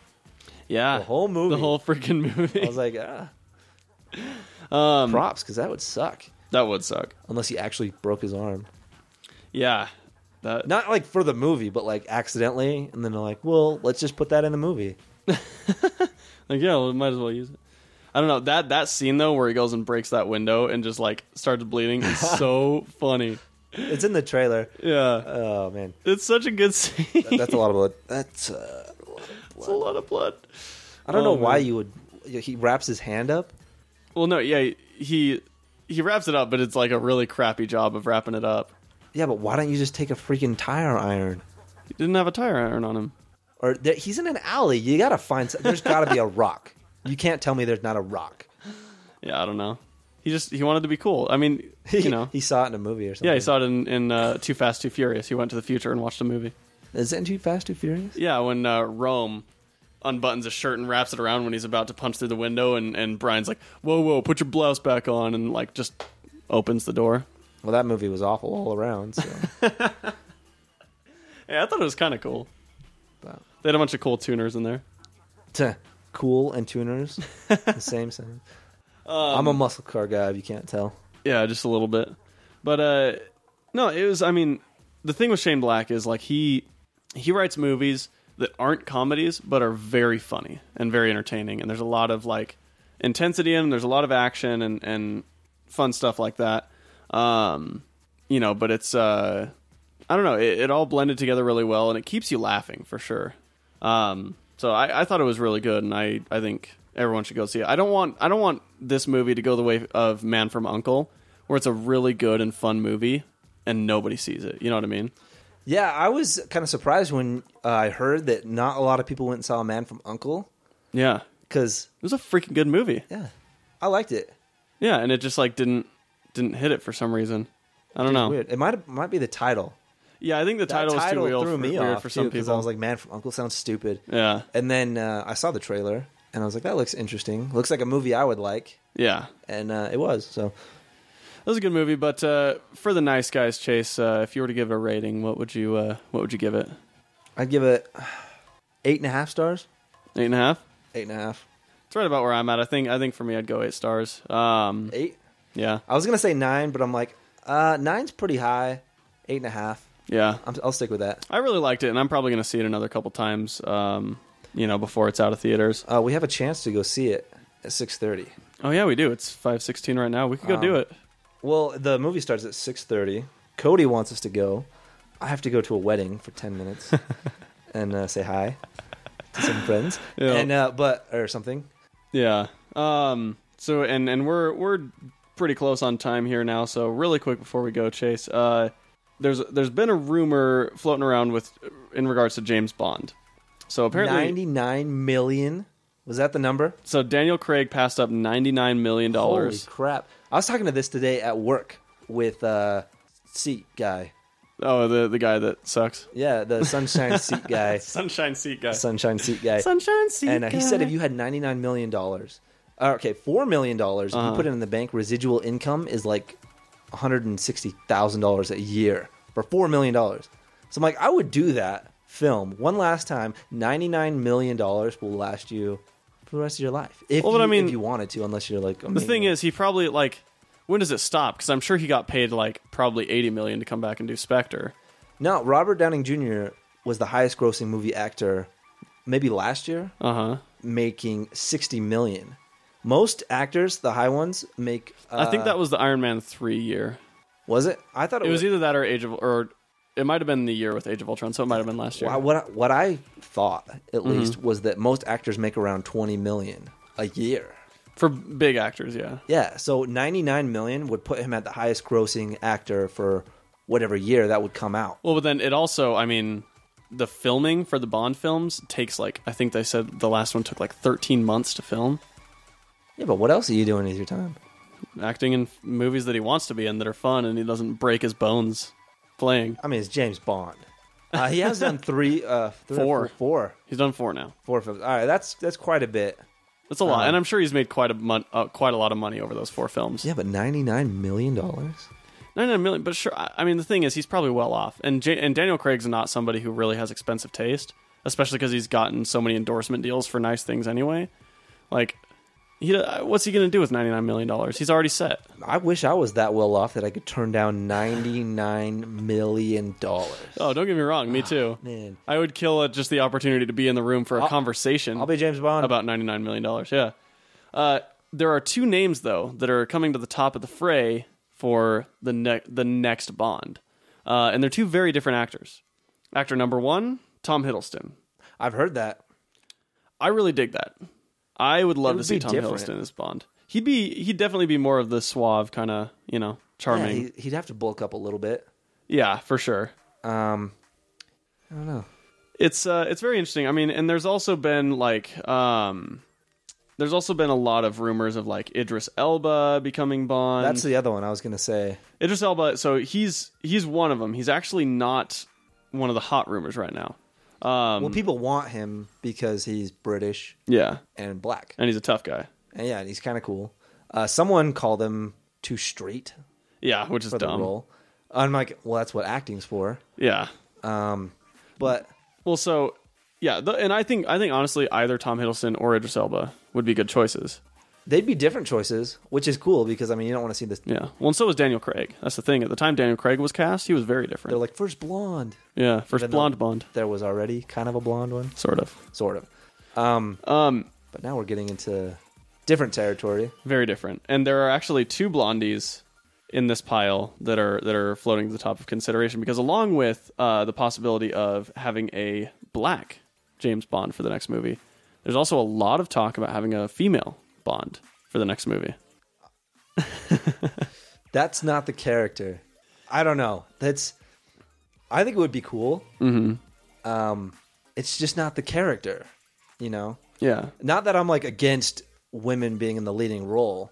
[SPEAKER 2] Yeah,
[SPEAKER 1] the whole movie.
[SPEAKER 2] the whole freaking movie.
[SPEAKER 1] I was like, (laughs) ah,
[SPEAKER 2] um,
[SPEAKER 1] props because that would suck
[SPEAKER 2] (laughs) that would suck.
[SPEAKER 1] unless he actually broke his arm.
[SPEAKER 2] Yeah, that
[SPEAKER 1] Not like for the movie, but like accidentally, and then they're like, "Well, let's just put that in the movie."
[SPEAKER 2] Like, yeah, we might as well use it. I don't know that that scene though, where he goes and breaks that window and just like starts bleeding,
[SPEAKER 1] (laughs)
[SPEAKER 2] is so funny.
[SPEAKER 1] It's in the trailer.
[SPEAKER 2] Yeah,
[SPEAKER 1] Oh man,
[SPEAKER 2] it's such a good (laughs) scene.
[SPEAKER 1] that's a lot of blood. That's. Uh,
[SPEAKER 2] it's a lot of blood.
[SPEAKER 1] I don't
[SPEAKER 2] Oh,
[SPEAKER 1] know why
[SPEAKER 2] man.
[SPEAKER 1] you would. He wraps his hand up.
[SPEAKER 2] Well, no, yeah, he he wraps it up, but it's like a really crappy job of wrapping it up.
[SPEAKER 1] Yeah, but why don't you just take a freaking tire iron?
[SPEAKER 2] He didn't have a tire iron on him.
[SPEAKER 1] Or there, he's in an alley. You gotta find. some- There's gotta
[SPEAKER 2] (laughs)
[SPEAKER 1] be a rock. You can't tell me there's not a rock.
[SPEAKER 2] Yeah, I don't know. He just he wanted to be cool.
[SPEAKER 1] (laughs)
[SPEAKER 2] I mean, (laughs) you know,
[SPEAKER 1] he saw it in a movie or something.
[SPEAKER 2] yeah, he saw it in in uh, Too Fast Too Furious. He went to the future and watched a movie.
[SPEAKER 1] Is it in Too Fast, Too Furious?
[SPEAKER 2] Yeah, when uh, Rome unbuttons a shirt and wraps it around when he's about to punch through the window, and, and Brian's like, "Whoa, whoa, put your blouse back on," and like just opens the door.
[SPEAKER 1] Well, that movie was awful all around.
[SPEAKER 2] (laughs)
[SPEAKER 1] So.
[SPEAKER 2] Yeah, I thought it was kind of cool.
[SPEAKER 1] But-
[SPEAKER 2] They had a bunch of cool tuners in there.
[SPEAKER 1] Tuh. cool and tuners, the same
[SPEAKER 2] (laughs)
[SPEAKER 1] sentence.
[SPEAKER 2] Um,
[SPEAKER 1] I'm a muscle car guy. If you can't tell,
[SPEAKER 2] Yeah, just a little bit. But uh no, it was I mean, the thing with Shane Black is like he he writes movies that aren't comedies but are very funny and very entertaining and there's a lot of like intensity in them, there's a lot of action and and fun stuff like that. Um you know, but it's uh I don't know, it, it all blended together really well and it keeps you laughing for sure. Um, so I, I thought it was really good, and I, I think everyone should go see it. I don't want I don't want this movie to go the way of Man from Uncle, where it's a really good and fun movie and nobody sees it. You know what I mean?
[SPEAKER 1] yeah, I was kind of surprised when uh, I heard that not a lot of people went and saw A Man from Uncle
[SPEAKER 2] Yeah, it
[SPEAKER 1] because
[SPEAKER 2] was a freaking good movie.
[SPEAKER 1] yeah, I liked it.
[SPEAKER 2] Yeah, and it just like didn't didn't hit it for some reason. I don't know.
[SPEAKER 1] Weird. It might might be the title.
[SPEAKER 2] Yeah, I think the
[SPEAKER 1] That
[SPEAKER 2] title, is too real
[SPEAKER 1] threw
[SPEAKER 2] for,
[SPEAKER 1] me
[SPEAKER 2] weird
[SPEAKER 1] off
[SPEAKER 2] for some
[SPEAKER 1] too, 'cause
[SPEAKER 2] people.
[SPEAKER 1] I was like, "Man from Uncle sounds stupid."
[SPEAKER 2] yeah,
[SPEAKER 1] And then uh, I saw the trailer, and I was like, "That looks interesting. Looks like a movie I would like."
[SPEAKER 2] yeah.
[SPEAKER 1] And uh, it was. So
[SPEAKER 2] That was a good movie, but uh, for the nice guys, Chase, uh, if you were to give it a rating, what would you uh, what would you give it?
[SPEAKER 1] I'd give it eight and a half stars.
[SPEAKER 2] Eight and a half.
[SPEAKER 1] Eight and a half.
[SPEAKER 2] It's right about where I'm at. I think I think for me I'd go eight stars. Um,
[SPEAKER 1] Eight.
[SPEAKER 2] yeah,
[SPEAKER 1] I was gonna say nine, but I'm like, uh, nine's pretty high. Eight and a half.
[SPEAKER 2] yeah.
[SPEAKER 1] I'm, I'll stick with that.
[SPEAKER 2] I really liked it, and I'm probably gonna see it another couple times. Um, you know, before it's out of theaters.
[SPEAKER 1] Uh, we have a chance to go see it at six thirty.
[SPEAKER 2] Oh yeah, we do. It's five sixteen right now. We could go do it.
[SPEAKER 1] Well, the movie starts at six thirty. Cody wants us to go. I have to go to a wedding for ten
[SPEAKER 2] (laughs)
[SPEAKER 1] minutes and uh, say hi to some friends
[SPEAKER 2] Yeah.
[SPEAKER 1] and uh, but or something.
[SPEAKER 2] Yeah. Um. So and and we're we're pretty close on time here now. So really quick before we go, Chase. Uh, there's there's been a rumor floating around with in regards to James Bond. So apparently,
[SPEAKER 1] Ninety nine million was that the number?
[SPEAKER 2] so Daniel Craig passed up ninety nine million dollars.
[SPEAKER 1] Holy crap! I was talking to this today at work with uh, seat guy.
[SPEAKER 2] Oh, the the guy that sucks.
[SPEAKER 1] Yeah, the sunshine seat
[SPEAKER 2] (laughs)
[SPEAKER 1] guy.
[SPEAKER 2] Sunshine seat guy.
[SPEAKER 1] Sunshine seat guy.
[SPEAKER 2] Sunshine seat.
[SPEAKER 1] and uh, he said
[SPEAKER 2] guy.
[SPEAKER 1] if you had ninety nine million dollars, uh, okay, four million dollars, if
[SPEAKER 2] Uh-huh.
[SPEAKER 1] you put it in the bank, residual income is like one hundred and sixty thousand dollars a year for four million dollars. So I'm like, I would do that film one last time. Ninety nine million dollars will last you for the rest of your life if,
[SPEAKER 2] Well,
[SPEAKER 1] you,
[SPEAKER 2] but I mean-
[SPEAKER 1] if you wanted to, unless you're like
[SPEAKER 2] the thing is, he probably like when does it stop? Because I'm sure he got paid like probably eighty million to come back and do Spectre.
[SPEAKER 1] no. Robert Downing Jr. was the highest grossing movie actor, maybe last year.
[SPEAKER 2] Uh huh.
[SPEAKER 1] making 60 million. Most actors, the high ones, make. Uh,
[SPEAKER 2] I think that was the Iron Man three year.
[SPEAKER 1] was it. I thought it,
[SPEAKER 2] It was either that or Age of or it might have been the year with Age of Ultron, so it might have been last year.
[SPEAKER 1] Wow, what I, what I thought at
[SPEAKER 2] Mm-hmm.
[SPEAKER 1] least was that most actors make around 20 million a year.
[SPEAKER 2] For big actors, yeah.
[SPEAKER 1] Yeah, so 99 million would put him at the highest grossing actor for whatever year that would come out.
[SPEAKER 2] Well, but then it also, I mean, the filming for the Bond films takes like I think they said the last one took like 13 months to film.
[SPEAKER 1] Yeah, but what else are you doing with your time?
[SPEAKER 2] Acting in f- movies that he wants to be in that are fun and he doesn't break his bones playing.
[SPEAKER 1] I mean, it's James Bond. Uh, he has done three, uh, three
[SPEAKER 2] Four.
[SPEAKER 1] or four,
[SPEAKER 2] He's done four now.
[SPEAKER 1] four films. All right, that's that's quite a bit.
[SPEAKER 2] That's
[SPEAKER 1] Uh-huh.
[SPEAKER 2] a lot, and I'm sure he's made quite a mon- uh, quite a lot of money over those four films.
[SPEAKER 1] Yeah, but 99 million dollars.
[SPEAKER 2] No, no, million. But sure, I I mean, the thing is, he's probably well off, and J- and Daniel Craig's not somebody who really has expensive taste, especially because he's gotten so many endorsement deals for nice things anyway. Like, he uh, what's he going to do with ninety nine million dollars? He's already set.
[SPEAKER 1] I wish I was that well off that I could turn down ninety nine million dollars.
[SPEAKER 2] Oh, don't get me wrong, me too.
[SPEAKER 1] Ah, man.
[SPEAKER 2] I would kill at just the opportunity to be in the room for a conversation
[SPEAKER 1] I'll be James Bond.
[SPEAKER 2] about ninety nine million dollars. Yeah. Uh, there are two names though that are coming to the top of the fray for the ne- the next Bond, uh, and they're two very different actors. Actor number one, Tom Hiddleston.
[SPEAKER 1] I've heard that.
[SPEAKER 2] I really dig that. I would
[SPEAKER 1] It
[SPEAKER 2] love to
[SPEAKER 1] would
[SPEAKER 2] see
[SPEAKER 1] be
[SPEAKER 2] Tom
[SPEAKER 1] different.
[SPEAKER 2] Hiddleston as Bond. He'd be he'd definitely be more of the suave kind of you know
[SPEAKER 1] Yeah,
[SPEAKER 2] charming. Yeah,
[SPEAKER 1] he, he'd have to bulk up a little bit.
[SPEAKER 2] for sure.
[SPEAKER 1] Um, I don't know.
[SPEAKER 2] It's uh it's very interesting. I mean, and there's also been like um. There's also been a lot of rumors of like Idris Elba becoming Bond.
[SPEAKER 1] That's the other one I was gonna say.
[SPEAKER 2] Idris Elba. So he's he's one of them. He's actually not one of the hot rumors right now. Um,
[SPEAKER 1] Well, people want him because he's British
[SPEAKER 2] yeah,
[SPEAKER 1] and black,
[SPEAKER 2] and he's a tough guy.
[SPEAKER 1] and yeah, and he's kind of cool. Uh, someone called him too straight
[SPEAKER 2] Yeah, which is
[SPEAKER 1] for the
[SPEAKER 2] dumb.
[SPEAKER 1] role. I'm like, well, that's what acting's for.
[SPEAKER 2] Yeah.
[SPEAKER 1] Um, but
[SPEAKER 2] Well, so yeah, the, and I think I think honestly either Tom Hiddleston or Idris Elba would be good choices.
[SPEAKER 1] they'd be different choices, which is cool because I mean, you don't want to see this.
[SPEAKER 2] Yeah. Well, and so was Daniel Craig. That's the thing. At the time Daniel Craig was cast, he was very
[SPEAKER 1] They're
[SPEAKER 2] different.
[SPEAKER 1] like first blonde.
[SPEAKER 2] yeah, first
[SPEAKER 1] Even though-
[SPEAKER 2] blonde Bond,
[SPEAKER 1] There was already kind of a blonde one.
[SPEAKER 2] sort of.
[SPEAKER 1] sort of. Um,
[SPEAKER 2] Um,
[SPEAKER 1] but now we're getting into different territory.
[SPEAKER 2] very different. And there are actually two blondies in this pile that are that are floating to the top of consideration because along with uh, the possibility of having a black James Bond for the next movie, there's also a lot of talk about having a female Bond for the next movie.
[SPEAKER 1] That's not the character. I don't know. That's. I think it would be cool. Mm-hmm. Um, it's just not the character, you know.
[SPEAKER 2] Yeah.
[SPEAKER 1] Not that I'm like against women being in the leading role,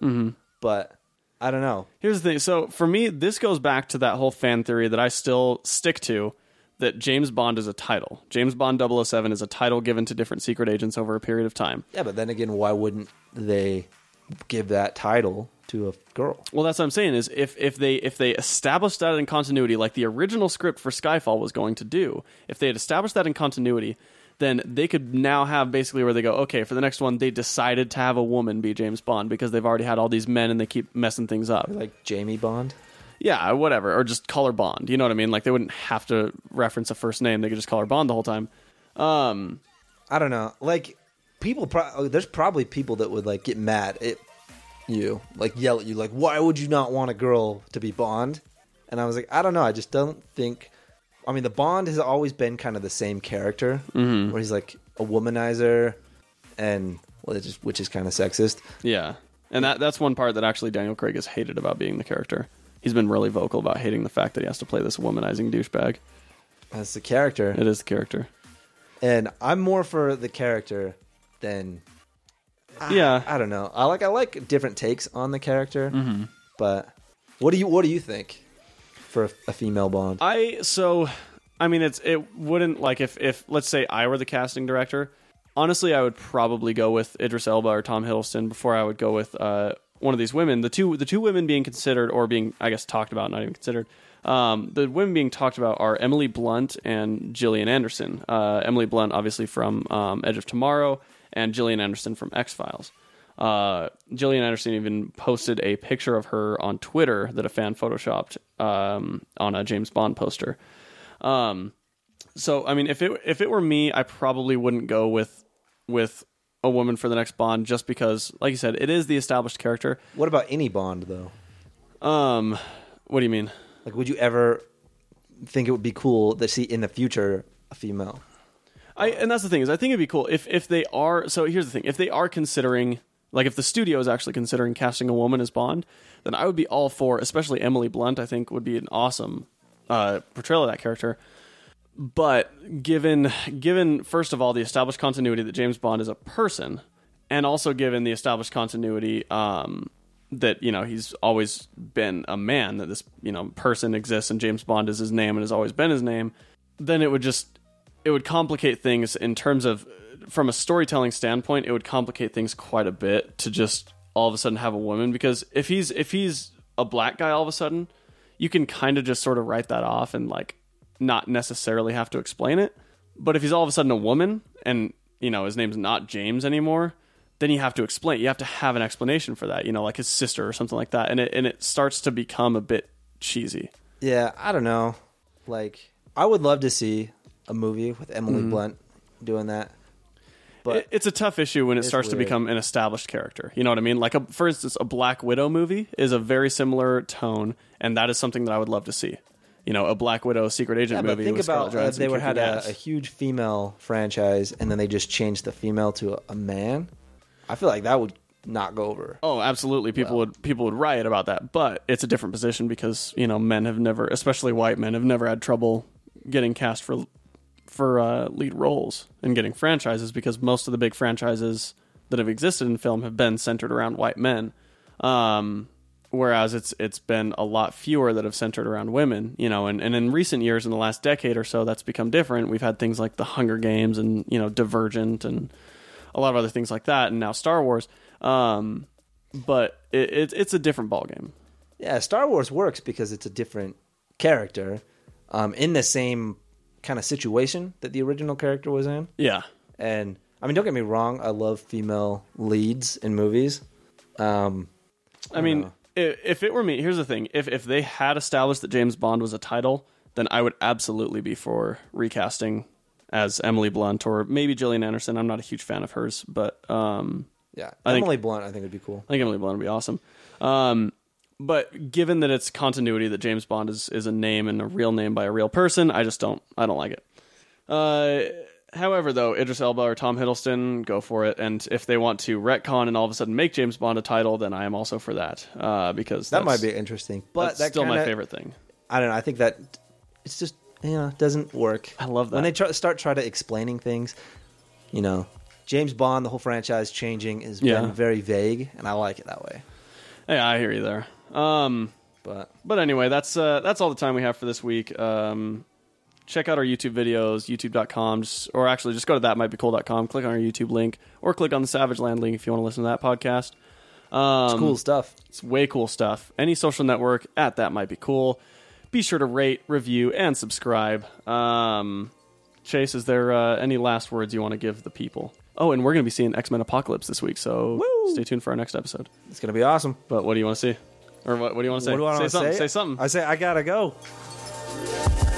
[SPEAKER 1] but I don't know.
[SPEAKER 2] Here's the thing. So for me, this goes back to that whole fan theory that I still stick to that James Bond is a title. James Bond 007 is a title given to different secret agents over a period of time.
[SPEAKER 1] Yeah, but then again, why wouldn't they give that title to a girl?
[SPEAKER 2] Well, that's what I'm saying is if if they if they established that in continuity, like the original script for Skyfall was going to do, if they had established that in continuity, then they could now have basically where they go, okay, for the next one, they decided to have a woman be James Bond because they've already had all these men and they keep messing things up.
[SPEAKER 1] Like Jamie Bond?
[SPEAKER 2] Yeah, whatever, or just call her Bond. You know what I mean? Like they wouldn't have to reference a first name; they could just call her Bond the whole time. Um,
[SPEAKER 1] I don't know. Like people, pro- oh, there's probably people that would like get mad at you, like yell at you, like why would you not want a girl to be Bond? And I was like, I don't know. I just don't think I mean, the Bond has always been kind of the same character, where he's like a womanizer, and well, it's just, which is kind of sexist.
[SPEAKER 2] Yeah, and that that's one part that actually Daniel Craig has hated about being the character. He's been really vocal about hating the fact that he has to play this womanizing douchebag.
[SPEAKER 1] That's the character,
[SPEAKER 2] It is the character.
[SPEAKER 1] and I'm more for the character than
[SPEAKER 2] yeah,
[SPEAKER 1] I don't know. I like I like different takes on the character,
[SPEAKER 2] Mm-hmm.
[SPEAKER 1] but what do you what do you think for a, a female Bond?
[SPEAKER 2] I so I mean it's it wouldn't like if if let's say I were the casting director, honestly I would probably go with Idris Elba or Tom Hiddleston before I would go with uh one of these women. The two the two women being considered or being I guess talked about, not even considered. Um, the women being talked about are Emily Blunt and Gillian Anderson. Uh, Emily Blunt, obviously from um, Edge of Tomorrow, and Gillian Anderson from X Files. Uh, Gillian Anderson even posted a picture of her on Twitter that a fan photoshopped um, on a James Bond poster. Um, so I mean, if it if it were me, I probably wouldn't go with with a woman for the next Bond just because, like you said, it is the established character.
[SPEAKER 1] What about any Bond though?
[SPEAKER 2] Um, what do you mean?
[SPEAKER 1] Like, would you ever think it would be cool to see in the future a female?
[SPEAKER 2] I and that's the thing is I think it'd be cool if if they are so here's the thing if they are considering like if the studio is actually considering casting a woman as Bond then I would be all for especially Emily Blunt I think would be an awesome uh, portrayal of that character but given given first of all the established continuity that James Bond is a person and also given the established continuity um, that you know he's always been a man that this you know person exists and James Bond is his name and has always been his name then it would just it would complicate things in terms of from a storytelling standpoint it would complicate things quite a bit to just all of a sudden have a woman because if he's if he's a black guy all of a sudden you can kind of just sort of write that off and like not necessarily have to explain it but if he's all of a sudden a woman and you know his name's not James anymore then you have to explain you have to have an explanation for that you know like his sister or something like that and it and it starts to become a bit cheesy
[SPEAKER 1] Yeah, I don't know. Like, I would love to see a movie with Emily
[SPEAKER 2] Mm.
[SPEAKER 1] Blunt doing that. But
[SPEAKER 2] It- it's a tough issue when it starts to
[SPEAKER 1] weird.
[SPEAKER 2] become an established character. You know what I mean? Like, a, for instance, a Black Widow movie is a very similar tone, and that is something that I would love to see. You know, a Black Widow secret agent
[SPEAKER 1] yeah, but
[SPEAKER 2] movie.
[SPEAKER 1] think
[SPEAKER 2] with
[SPEAKER 1] about
[SPEAKER 2] Scarlett
[SPEAKER 1] uh, if
[SPEAKER 2] Johansson
[SPEAKER 1] they would
[SPEAKER 2] kicking
[SPEAKER 1] had a,
[SPEAKER 2] ass.
[SPEAKER 1] a huge female franchise and then they just changed the female to a, a man. I feel like that would not go over.
[SPEAKER 2] Oh, absolutely. People would people would riot about that, but it's a different position because you know men have never, especially white men, have never had trouble getting cast for for uh, lead roles and getting franchises because most of the big franchises that have existed in film have been centered around white men. Um, whereas it's it's been a lot fewer that have centered around women, you know, and, and in recent years, in the last decade or so, that's become different. We've had things like the Hunger Games and you know Divergent and a lot of other things like that, and now Star Wars. Um, but it, it, it's a different ballgame.
[SPEAKER 1] Yeah, Star Wars works because it's a different character um, in the same kind of situation that the original character was in.
[SPEAKER 2] Yeah,
[SPEAKER 1] And I mean, don't get me wrong, I love female leads in movies. Um,
[SPEAKER 2] I mean, if, if it were me, here's the thing: if if they had established that James Bond was a title, then I would absolutely be for recasting as Emily Blunt or maybe Gillian Anderson. I'm not a huge fan of hers, but um,
[SPEAKER 1] yeah,
[SPEAKER 2] I think-
[SPEAKER 1] Emily Blunt, I think would be cool.
[SPEAKER 2] I think Emily Blunt would be awesome. Um, but given that it's continuity that James Bond is is a name and a real name by a real person, I just don't I don't like it. Uh, however, though Idris Elba or Tom Hiddleston, go for it. And if they want to retcon and all of a sudden make James Bond a title, then I am also for that uh, because
[SPEAKER 1] That
[SPEAKER 2] that's-
[SPEAKER 1] might be interesting, but
[SPEAKER 2] that's
[SPEAKER 1] that
[SPEAKER 2] still my
[SPEAKER 1] kinda-
[SPEAKER 2] favorite thing.
[SPEAKER 1] I don't know. I think that it's just you know doesn't work.
[SPEAKER 2] I love that.
[SPEAKER 1] when they try, start try to explaining things. You know, James Bond, the whole franchise changing is
[SPEAKER 2] Yeah.
[SPEAKER 1] been very vague, and I like it that way.
[SPEAKER 2] Yeah, I hear you there. Um,
[SPEAKER 1] But
[SPEAKER 2] but anyway, that's uh, that's all the time we have for this week. Um, check out our YouTube videos, youtube.com, just, or actually just go to thatmightbecool.com, click on our YouTube link, or click on the Savage Land link if you want to listen to that podcast. Um,
[SPEAKER 1] cool stuff.
[SPEAKER 2] It's way cool stuff. Any social network at That Might Be Cool. Be sure to rate, review, and subscribe. Um, Chase, is there uh, any last words you want to give the people? Oh, and we're going to be seeing X Men Apocalypse this week, so
[SPEAKER 1] Woo!
[SPEAKER 2] stay tuned for our next episode.
[SPEAKER 1] It's gonna be awesome.
[SPEAKER 2] But what do you want to see? Or what, what do you want to
[SPEAKER 1] What
[SPEAKER 2] say?
[SPEAKER 1] do I
[SPEAKER 2] say
[SPEAKER 1] wanna
[SPEAKER 2] something.
[SPEAKER 1] say?
[SPEAKER 2] Say something.
[SPEAKER 1] I say I gotta go.